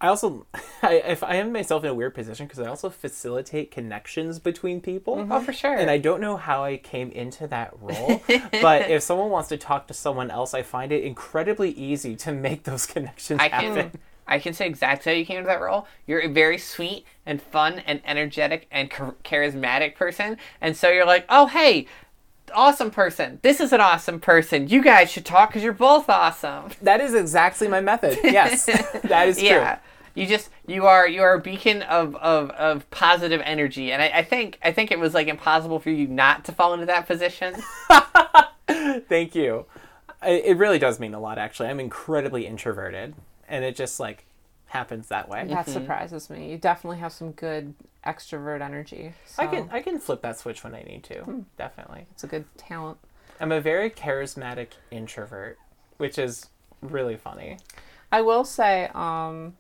Speaker 1: I also, I, if I am myself in a weird position because I also facilitate connections between people.
Speaker 4: Oh, for sure.
Speaker 1: And I don't know how I came into that role, but if someone wants to talk to someone else, I find it incredibly easy to make those connections
Speaker 4: I
Speaker 1: happen.
Speaker 4: can I can say exactly how you came to that role. You're a very sweet and fun and energetic and char- charismatic person, and so you're like, oh hey, awesome person. This is an awesome person. You guys should talk because you're both awesome.
Speaker 1: That is exactly my method. Yes, that is true.
Speaker 4: Yeah. You just you are you are a beacon of, of, of positive energy, and I, I think I think it was like impossible for you not to fall into that position.
Speaker 1: Thank you. I, it really does mean a lot, actually. I'm incredibly introverted, and it just like happens that way.
Speaker 3: That surprises me. You definitely have some good extrovert energy.
Speaker 1: I
Speaker 3: so
Speaker 1: can I can flip that switch when I need to.
Speaker 4: Hmm.
Speaker 1: Definitely.
Speaker 3: It's a good talent.
Speaker 1: I'm a very charismatic introvert, which is really funny.
Speaker 3: I will say, um,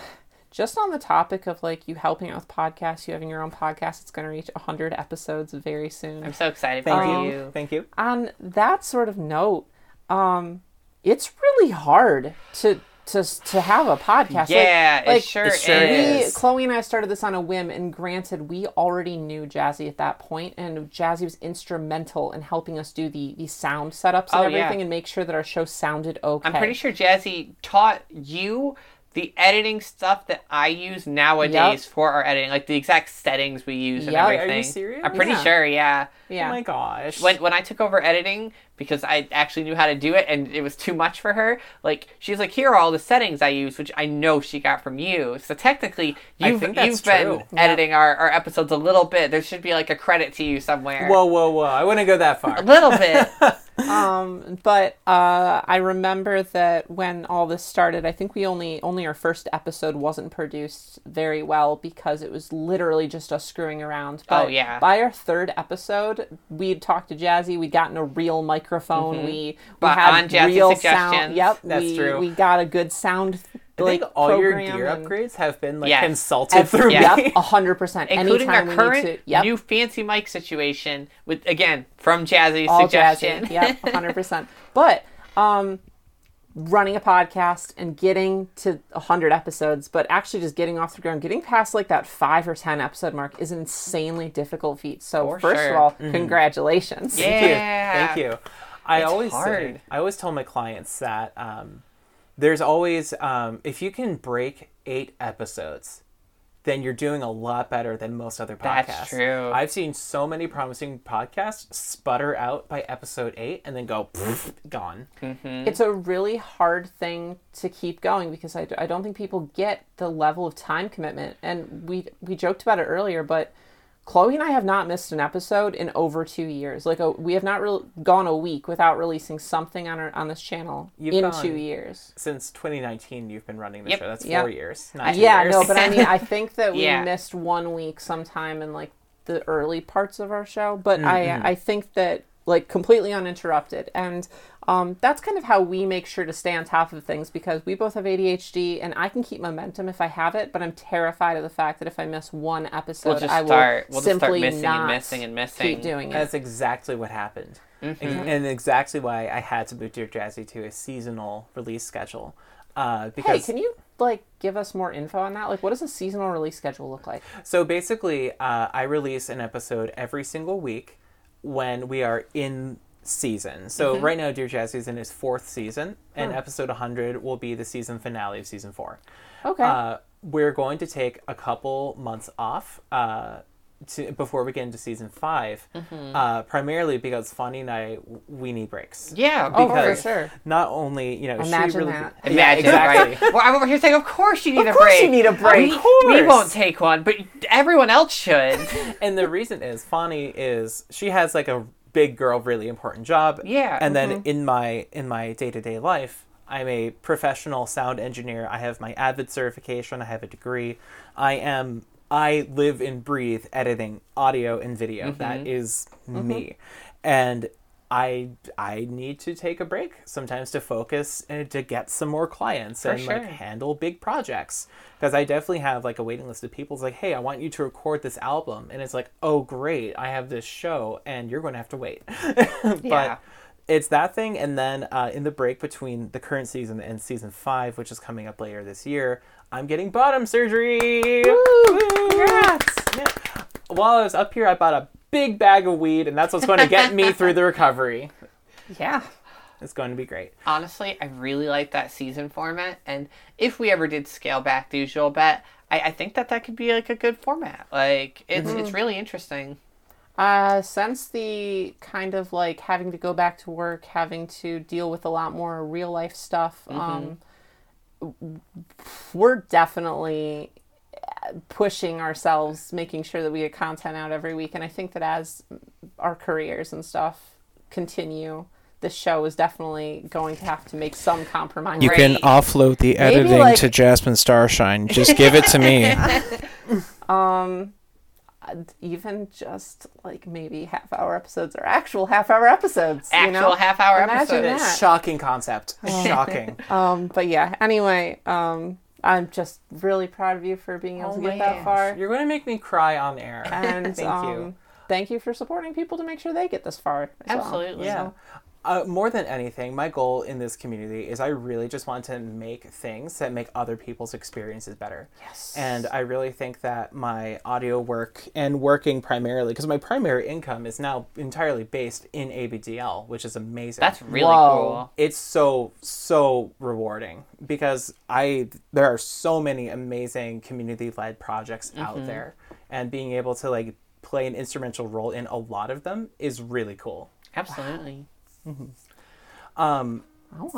Speaker 3: just on the topic of like you helping out with podcasts, you having your own podcast, it's going to reach 100 episodes very soon.
Speaker 4: I'm so excited
Speaker 1: Thank
Speaker 4: for
Speaker 1: you.
Speaker 4: you.
Speaker 1: Thank you. Oh
Speaker 3: on that sort of note, um, it's really hard to to to have a podcast. Like-
Speaker 4: Yeah,
Speaker 3: like,
Speaker 4: it sure,
Speaker 1: it sure
Speaker 4: is.
Speaker 3: we,
Speaker 1: is.
Speaker 3: Chloe and I started this on a whim, and granted, we already knew Jazzy at that point, and Jazzy was instrumental in helping us do the the sound setups and
Speaker 4: Oh, yeah.
Speaker 3: everything, and make sure that our show sounded okay.
Speaker 4: I'm pretty sure Jazzy taught you the editing stuff that I use nowadays
Speaker 3: Yep.
Speaker 4: for our editing, like the exact settings we use and
Speaker 3: Yep. Wait,
Speaker 1: are you
Speaker 4: everything.
Speaker 1: serious?
Speaker 4: I'm pretty
Speaker 3: Yeah.
Speaker 4: sure, yeah.
Speaker 3: Yeah.
Speaker 1: Oh my gosh.
Speaker 4: When when I took over editing because I actually knew how to do it and it was too much for her, like she's like, here are all the settings I use, which I know she got from you. So technically, you've
Speaker 1: think that's
Speaker 4: you've been
Speaker 1: true.
Speaker 4: editing our, our episodes a little bit. There should be like a credit to you somewhere.
Speaker 1: whoa, whoa, whoa! I wouldn't go that
Speaker 4: a
Speaker 1: far.
Speaker 4: little bit.
Speaker 3: um but uh i remember that when all this started i think we only only our first episode wasn't produced very well because it was literally just us screwing around but
Speaker 4: Oh, yeah.
Speaker 3: by our third episode we'd talked to jazzy we'd gotten a real microphone we, we
Speaker 4: Mm-hmm. But
Speaker 3: had
Speaker 4: on Jazzy's
Speaker 3: real sound
Speaker 4: suggestions.
Speaker 3: yep
Speaker 1: That's
Speaker 3: we,
Speaker 1: true.
Speaker 3: we got a good sound
Speaker 1: I
Speaker 3: like
Speaker 1: think all your
Speaker 3: program
Speaker 1: gear
Speaker 3: and-
Speaker 1: upgrades have been like
Speaker 4: Yes.
Speaker 1: consulted through
Speaker 4: yeah.
Speaker 1: me.
Speaker 3: yep 100%
Speaker 4: including
Speaker 3: anytime
Speaker 4: our
Speaker 3: we
Speaker 4: current
Speaker 3: need to yep
Speaker 4: new fancy mic situation with again from Jazzy's
Speaker 3: all
Speaker 4: suggestion.
Speaker 3: jazzy. Yep, 100%. but um, running a podcast and getting to 100 episodes, but actually just getting off the ground, getting past like that five or 10 episode mark is an insanely difficult feat. So,
Speaker 4: For
Speaker 3: first
Speaker 4: sure. Mm-hmm.
Speaker 3: of all, congratulations.
Speaker 4: Yeah.
Speaker 1: Thank you. Thank you. I always say-
Speaker 4: hard.
Speaker 1: I always tell my clients that um, there's always um, if you can break eight episodes, then you're doing a lot better than most other podcasts.
Speaker 4: That's true.
Speaker 1: I've seen so many promising podcasts sputter out by episode eight and then go pfft, gone. Mm-hmm.
Speaker 3: It's a really hard thing to keep going because I, I don't think people get the level of time commitment. And we, we joked about it earlier, but Chloe and I have not missed an episode in over two years. Like a, we have not re- gone a week without releasing something on our on this channel
Speaker 1: You've
Speaker 3: in
Speaker 1: gone-
Speaker 3: two years.
Speaker 1: Since 2019, you've been running the
Speaker 4: Yep.
Speaker 1: show. That's
Speaker 3: Yep.
Speaker 1: four years. Not two
Speaker 3: yeah,
Speaker 1: years.
Speaker 3: no, but I mean, I think that we
Speaker 4: Yeah.
Speaker 3: missed one week sometime in like the early parts of our show, but I I think that like completely uninterrupted and um, that's kind of how we make sure to stay on top of things because we both have ADHD and I can keep momentum if I have it, but I'm terrified of the fact that if I miss one episode,
Speaker 4: We'll just
Speaker 3: I will
Speaker 4: start- we'll just start
Speaker 3: simply
Speaker 4: missing and
Speaker 3: not
Speaker 4: missing and missing.
Speaker 3: keep doing it.
Speaker 1: That's exactly what happened.
Speaker 3: Mm-hmm.
Speaker 1: And, and exactly why I had to move Dear Jazzy to a seasonal release schedule. Uh,
Speaker 3: Hey,
Speaker 1: because
Speaker 3: can you like give us more info on that? Like, what does a seasonal release schedule look like?
Speaker 1: so basically, uh, I release an episode every single week when we are in season. So
Speaker 3: Mm-hmm.
Speaker 1: right now, Dear Jazzy is in its fourth season, and episode 100 will be the season finale of season four.
Speaker 3: Okay.
Speaker 1: Uh, we're going to take a couple months off uh, to, before we get into season 5
Speaker 3: Mm-hmm.
Speaker 1: uh, primarily because Fonny and I we need breaks.
Speaker 4: Yeah,
Speaker 3: Oh, for
Speaker 1: because
Speaker 3: sure.
Speaker 1: not only you know she
Speaker 3: Imagine
Speaker 1: really
Speaker 3: that.
Speaker 1: Yeah,
Speaker 4: Imagine,
Speaker 1: exactly.
Speaker 4: right? Well, I'm over here saying, of course you need a break.
Speaker 3: course you need a break.
Speaker 4: We,
Speaker 3: Of
Speaker 1: course.
Speaker 4: we won't take one, but everyone else should.
Speaker 1: and the reason is Fonny is she has like a big girl really important job
Speaker 4: Yeah.
Speaker 1: and
Speaker 3: mm-hmm.
Speaker 1: then in my in my day-to-day life I'm a professional sound engineer I have my avid certification I have a degree I am I live and breathe editing audio and video
Speaker 3: Mm-hmm.
Speaker 1: That is me and I I need to take a break sometimes to focus and to get some more clients and like
Speaker 4: sure.
Speaker 1: handle big projects because I definitely have like a waiting list of people. It's like, hey, I want you to record this album, and it's like, oh great, I have this show, and you're going to have to wait. but
Speaker 4: Yeah.
Speaker 1: it's that thing, and then uh, in the break between the current season and season five, which is coming up later this year, I'm getting bottom surgery.
Speaker 3: Congrats.
Speaker 1: Yeah. While I was up here, I bought a big bag of weed, and that's what's going to get me through the recovery.
Speaker 4: Yeah.
Speaker 1: It's going to be great.
Speaker 4: Honestly, I really like that season format, and if we ever did scale back the usual bet, I, I think that that could be like a good format. Like it's
Speaker 3: Mm-hmm.
Speaker 4: it's really interesting.
Speaker 3: Uh, since the kind of like having to go back to work, having to deal with a lot more real life stuff,
Speaker 4: Mm-hmm.
Speaker 3: um, w- we're definitely uh, pushing ourselves, making sure that we get content out every week. And I think that as our careers and stuff continue, this show is definitely going to have to make some compromise.
Speaker 4: You Right. can
Speaker 1: offload the
Speaker 3: editing Maybe, like- to
Speaker 1: Jasmine Starshine. Just give it to me.
Speaker 3: Even just like maybe half hour episodes or actual half hour episodes. you
Speaker 4: Actual
Speaker 3: know?
Speaker 4: half hour
Speaker 3: Imagine
Speaker 4: episode.
Speaker 3: that.
Speaker 1: Shocking concept. Shocking.
Speaker 3: Um, but yeah, anyway, um, I'm just really proud of you for being able
Speaker 4: Oh
Speaker 3: to
Speaker 4: my
Speaker 3: get that
Speaker 4: gosh.
Speaker 3: far.
Speaker 1: You're gonna make me cry on air.
Speaker 3: And
Speaker 1: Thank
Speaker 3: um,
Speaker 1: you.
Speaker 3: Thank you for supporting people to make sure they get this far. as well.
Speaker 4: Absolutely.
Speaker 1: Yeah. Uh, more than anything, my goal in this community is I really just want to make things that make other people's experiences better.
Speaker 3: Yes.
Speaker 1: And I really think that my audio work and working primarily, because my primary income is now entirely based in ABDL, which is amazing.
Speaker 4: That's really
Speaker 3: Whoa.
Speaker 1: it's so so rewarding because i there are so many amazing community led projects
Speaker 4: Mm-hmm.
Speaker 1: out there and being able to like play an instrumental role in a lot of them is really cool
Speaker 4: cool. Absolutely. Oh,
Speaker 3: I wanna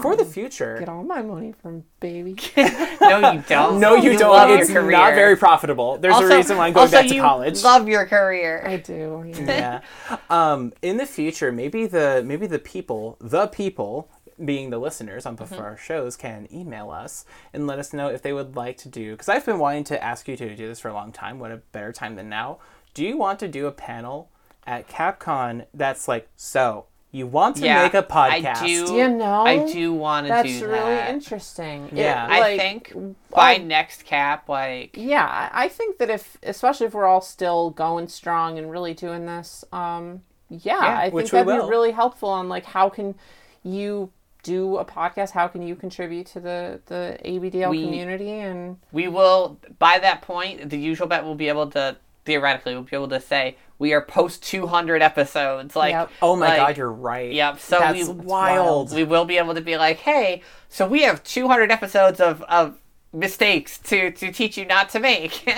Speaker 1: for the future
Speaker 3: get all my money from baby.
Speaker 4: No, you don't.
Speaker 1: no you, don't
Speaker 4: Love
Speaker 1: it's
Speaker 4: your career.
Speaker 1: not very profitable there's a reason why i'm going
Speaker 4: also,
Speaker 1: back to
Speaker 4: you
Speaker 1: college
Speaker 4: Love your career.
Speaker 3: I do. yeah.
Speaker 1: yeah. Um, in the future, maybe the maybe the people, the people being the listeners on both
Speaker 4: Mm-hmm.
Speaker 1: of our shows can email us and let us know if they would like to do because I've been wanting to ask you to do this for a long time. What a better time than now. Do you want to do a panel at Capcom that's like so you want to
Speaker 4: Yeah,
Speaker 1: make a podcast?
Speaker 4: I do.
Speaker 3: You know,
Speaker 4: I do want to
Speaker 3: That's
Speaker 4: do that.
Speaker 3: really interesting. It,
Speaker 1: Yeah.
Speaker 4: I
Speaker 3: like,
Speaker 4: think by
Speaker 3: I-
Speaker 4: next cap, like
Speaker 3: Yeah, I- I think that if, especially if we're all still going strong and really doing this, um, yeah, I think
Speaker 1: which we
Speaker 3: that'd
Speaker 1: will.
Speaker 3: be really helpful on like how can you do a podcast? How can you contribute to the the ABDL
Speaker 4: We-
Speaker 3: community? And
Speaker 4: we will by that point the usual bet will be able to theoretically we'll be able to say we are post 200 episodes like
Speaker 3: Yep.
Speaker 1: Oh my
Speaker 4: like,
Speaker 1: god, you're right.
Speaker 4: yep so
Speaker 1: that's
Speaker 4: we,
Speaker 1: wild.
Speaker 4: we will be able to be like hey so we have 200 episodes of, of mistakes to to teach you not to make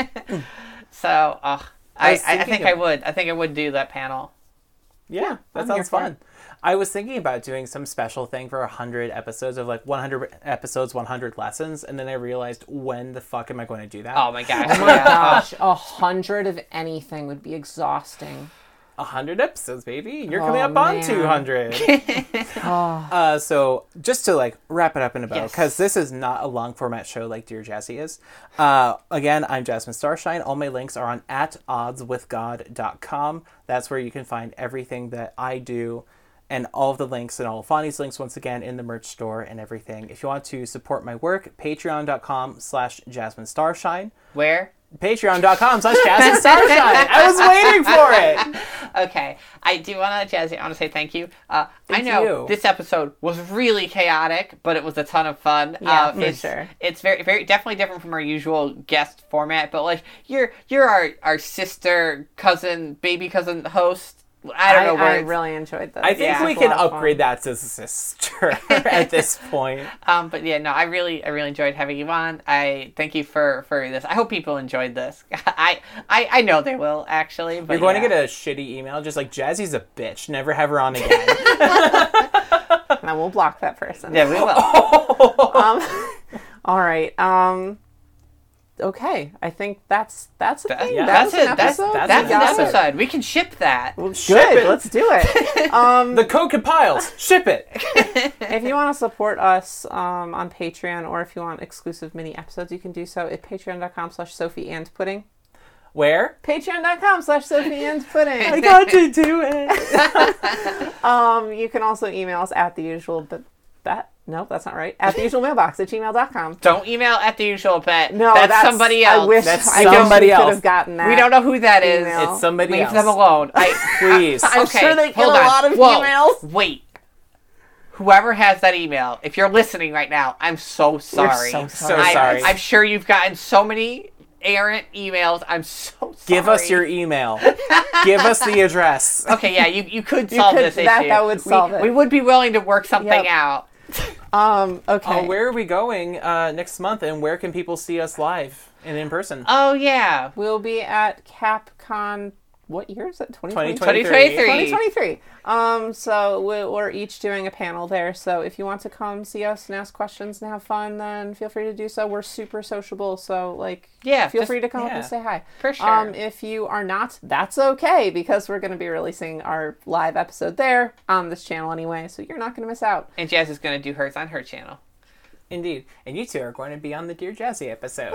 Speaker 4: so uh,
Speaker 1: I
Speaker 4: I,
Speaker 1: was
Speaker 4: I, I
Speaker 1: Mm. thinking
Speaker 4: think I
Speaker 1: of-
Speaker 4: would I think I would do that panel
Speaker 1: Yeah, that
Speaker 3: I'm here
Speaker 1: sounds
Speaker 3: for
Speaker 1: fun. I was thinking about doing some special thing for 100 episodes of like 100 episodes, 100 lessons, and then I realized when the fuck am I going to do that?
Speaker 4: Oh my gosh.
Speaker 3: Oh my gosh, a hundred of anything would be exhausting.
Speaker 1: 100 episodes, baby. You're coming
Speaker 3: Oh,
Speaker 1: up on
Speaker 3: man.
Speaker 1: 200.
Speaker 3: Oh,
Speaker 1: uh, so just to like wrap it up in a bow,
Speaker 4: Yes.
Speaker 1: because this is not a long format show like Dear Jazzy is. Uh, again, I'm Jasmine Starshine. All my links are on at oddswithgod.com. That's where you can find everything that I do and all of the links and all of Fonny's links once again in the merch store and everything. If you want to support my work, patreon.com slash Jasmine Starshine.
Speaker 4: Where?
Speaker 1: Patreon.com slash Jasmine Starshine. I was waiting for it.
Speaker 4: Okay, I do want to, Jazzy, I want to say thank you. Uh, I
Speaker 1: Thank
Speaker 4: know
Speaker 1: you.
Speaker 4: this episode was really chaotic, but it was a ton of fun.
Speaker 3: Yeah,
Speaker 4: uh,
Speaker 3: for
Speaker 4: it's,
Speaker 3: sure.
Speaker 4: It's very, very definitely different from our usual guest format, but like you're you're our, our sister, cousin, baby cousin host. I
Speaker 3: I,
Speaker 4: don't know
Speaker 3: I
Speaker 4: where.
Speaker 3: really enjoyed this.
Speaker 1: I think
Speaker 4: Yeah.
Speaker 1: we can upgrade that to sister at this point.
Speaker 4: Um, but yeah, no, I really, I really enjoyed having you on. I thank you for for this. I hope people enjoyed this. I, I, I know they will actually. But
Speaker 1: You're going
Speaker 4: yeah.
Speaker 1: to get a shitty email, just like Jazzy's a bitch. Never have her on again.
Speaker 3: that. And I will block that person.
Speaker 4: Yeah, we will.
Speaker 1: Oh,
Speaker 3: Um, all right. Um, okay. I think that's that's a thing.
Speaker 1: yeah,
Speaker 3: that
Speaker 4: that's
Speaker 3: was an
Speaker 4: it. That's,
Speaker 3: episode.
Speaker 4: that's,
Speaker 1: That's
Speaker 4: an
Speaker 1: an
Speaker 4: episode.
Speaker 1: episode.
Speaker 4: We can ship that.
Speaker 1: Ship
Speaker 3: Good.
Speaker 1: it.
Speaker 3: Let's do it. Um,
Speaker 1: the code compiles. Ship it.
Speaker 3: if you want to support us um, on Patreon or if you want exclusive mini episodes, you can do so at patreon.com slash Sophie and Pudding.
Speaker 1: Where?
Speaker 3: Patreon.com slash Sophie and Pudding.
Speaker 1: got to do it.
Speaker 3: Um, you can also email us at the usual, but that, nope, that's not right. At the usual mailbox at gmail.com.
Speaker 4: Don't email at the usual pet.
Speaker 3: No,
Speaker 4: that's, somebody else.
Speaker 3: I wish
Speaker 1: That's
Speaker 3: I wish we
Speaker 1: somebody
Speaker 3: could
Speaker 1: else.
Speaker 3: have gotten that.
Speaker 4: we don't know who that is.
Speaker 3: Email.
Speaker 1: It's somebody
Speaker 4: Leave
Speaker 1: else.
Speaker 4: them alone. I,
Speaker 1: Please.
Speaker 4: I'm
Speaker 3: I'm
Speaker 4: okay,
Speaker 3: sure they get
Speaker 4: hold
Speaker 3: a
Speaker 4: on.
Speaker 3: lot of
Speaker 4: Whoa,
Speaker 3: emails.
Speaker 4: Wait. Whoever has that email, if you're listening right now, I'm so sorry.
Speaker 3: so
Speaker 1: so
Speaker 3: I-
Speaker 1: sorry.
Speaker 4: I, am sure you've gotten so many errant emails. I'm so sorry.
Speaker 1: Give us your e- email. Give us the address.
Speaker 4: Okay, yeah, you, you could solve
Speaker 3: could-
Speaker 4: this
Speaker 3: that-
Speaker 4: issue.
Speaker 3: that would
Speaker 4: We-
Speaker 3: solve
Speaker 4: we,
Speaker 3: it.
Speaker 4: would be willing to work something
Speaker 3: Yep.
Speaker 4: out.
Speaker 3: Um, okay.
Speaker 1: Uh,
Speaker 4: Oh,
Speaker 1: where are we going uh, next month, and where can people see us live and in person?
Speaker 4: Oh yeah.
Speaker 3: We'll be at CapCon. What year is it? 2023.
Speaker 1: 2023.
Speaker 3: 2023. Um, so we- we're each doing a panel there. So if you want to come see us and ask questions and have fun, then feel free to do so. We're super sociable. So, like,
Speaker 4: Yeah,
Speaker 3: feel
Speaker 4: just-
Speaker 3: free to come up
Speaker 1: yeah.
Speaker 3: and say hi.
Speaker 4: For sure.
Speaker 3: Um, if you are not, that's okay because we're going to be releasing our live episode there on this channel anyway. So you're not going to miss out.
Speaker 4: And Jazz is gonna do hers on her channel.
Speaker 1: Indeed. And you two are going to be on the Dear Jazzy episode.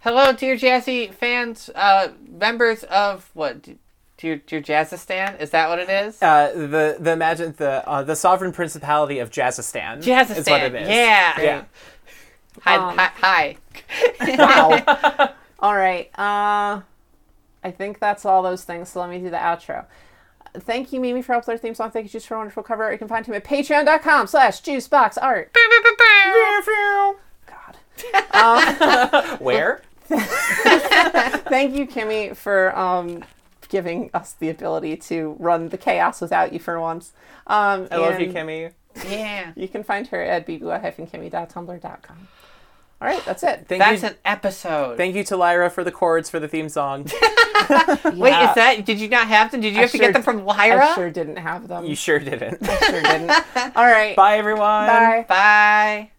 Speaker 4: Hello, dear Jazzy fans, uh, members of what? D- Dear Dear Jazzistan, is that what it is?
Speaker 3: Oh,
Speaker 1: Uh, the the imagine the uh, the sovereign principality of Jazzistan.
Speaker 4: Jazzistan,
Speaker 1: is what it is.
Speaker 4: yeah.
Speaker 1: Yeah.
Speaker 4: Hi,
Speaker 3: Um,
Speaker 4: hi, hi.
Speaker 3: Wow. all right. Uh, I think that's all those things. So let me do the outro. Thank you, Mimi, for help with our theme song. Thank you, Juice, for a wonderful cover. You can find him at patreon.com slash juiceboxart. God.
Speaker 1: Um, Where?
Speaker 3: Thank you, Kimmy, for um, giving us the ability to run the chaos without you for once. Um,
Speaker 1: I love you,
Speaker 3: and
Speaker 1: Kimmy.
Speaker 4: yeah.
Speaker 3: You can find her at bbua-kimmy.tumblr.com. All right, that's it.
Speaker 1: Thank
Speaker 4: That's
Speaker 1: you.
Speaker 4: an episode.
Speaker 1: Thank you to Lyra for the chords for the theme song.
Speaker 4: Wait,
Speaker 3: Yeah.
Speaker 4: is that? Did you not have them? Did you
Speaker 3: I
Speaker 4: have to
Speaker 3: sure
Speaker 4: get them from
Speaker 3: I
Speaker 4: Lyra?
Speaker 3: sure didn't have them.
Speaker 1: you sure didn't.
Speaker 3: I sure didn't. All right.
Speaker 1: Bye, everyone.
Speaker 3: Bye.
Speaker 4: Bye.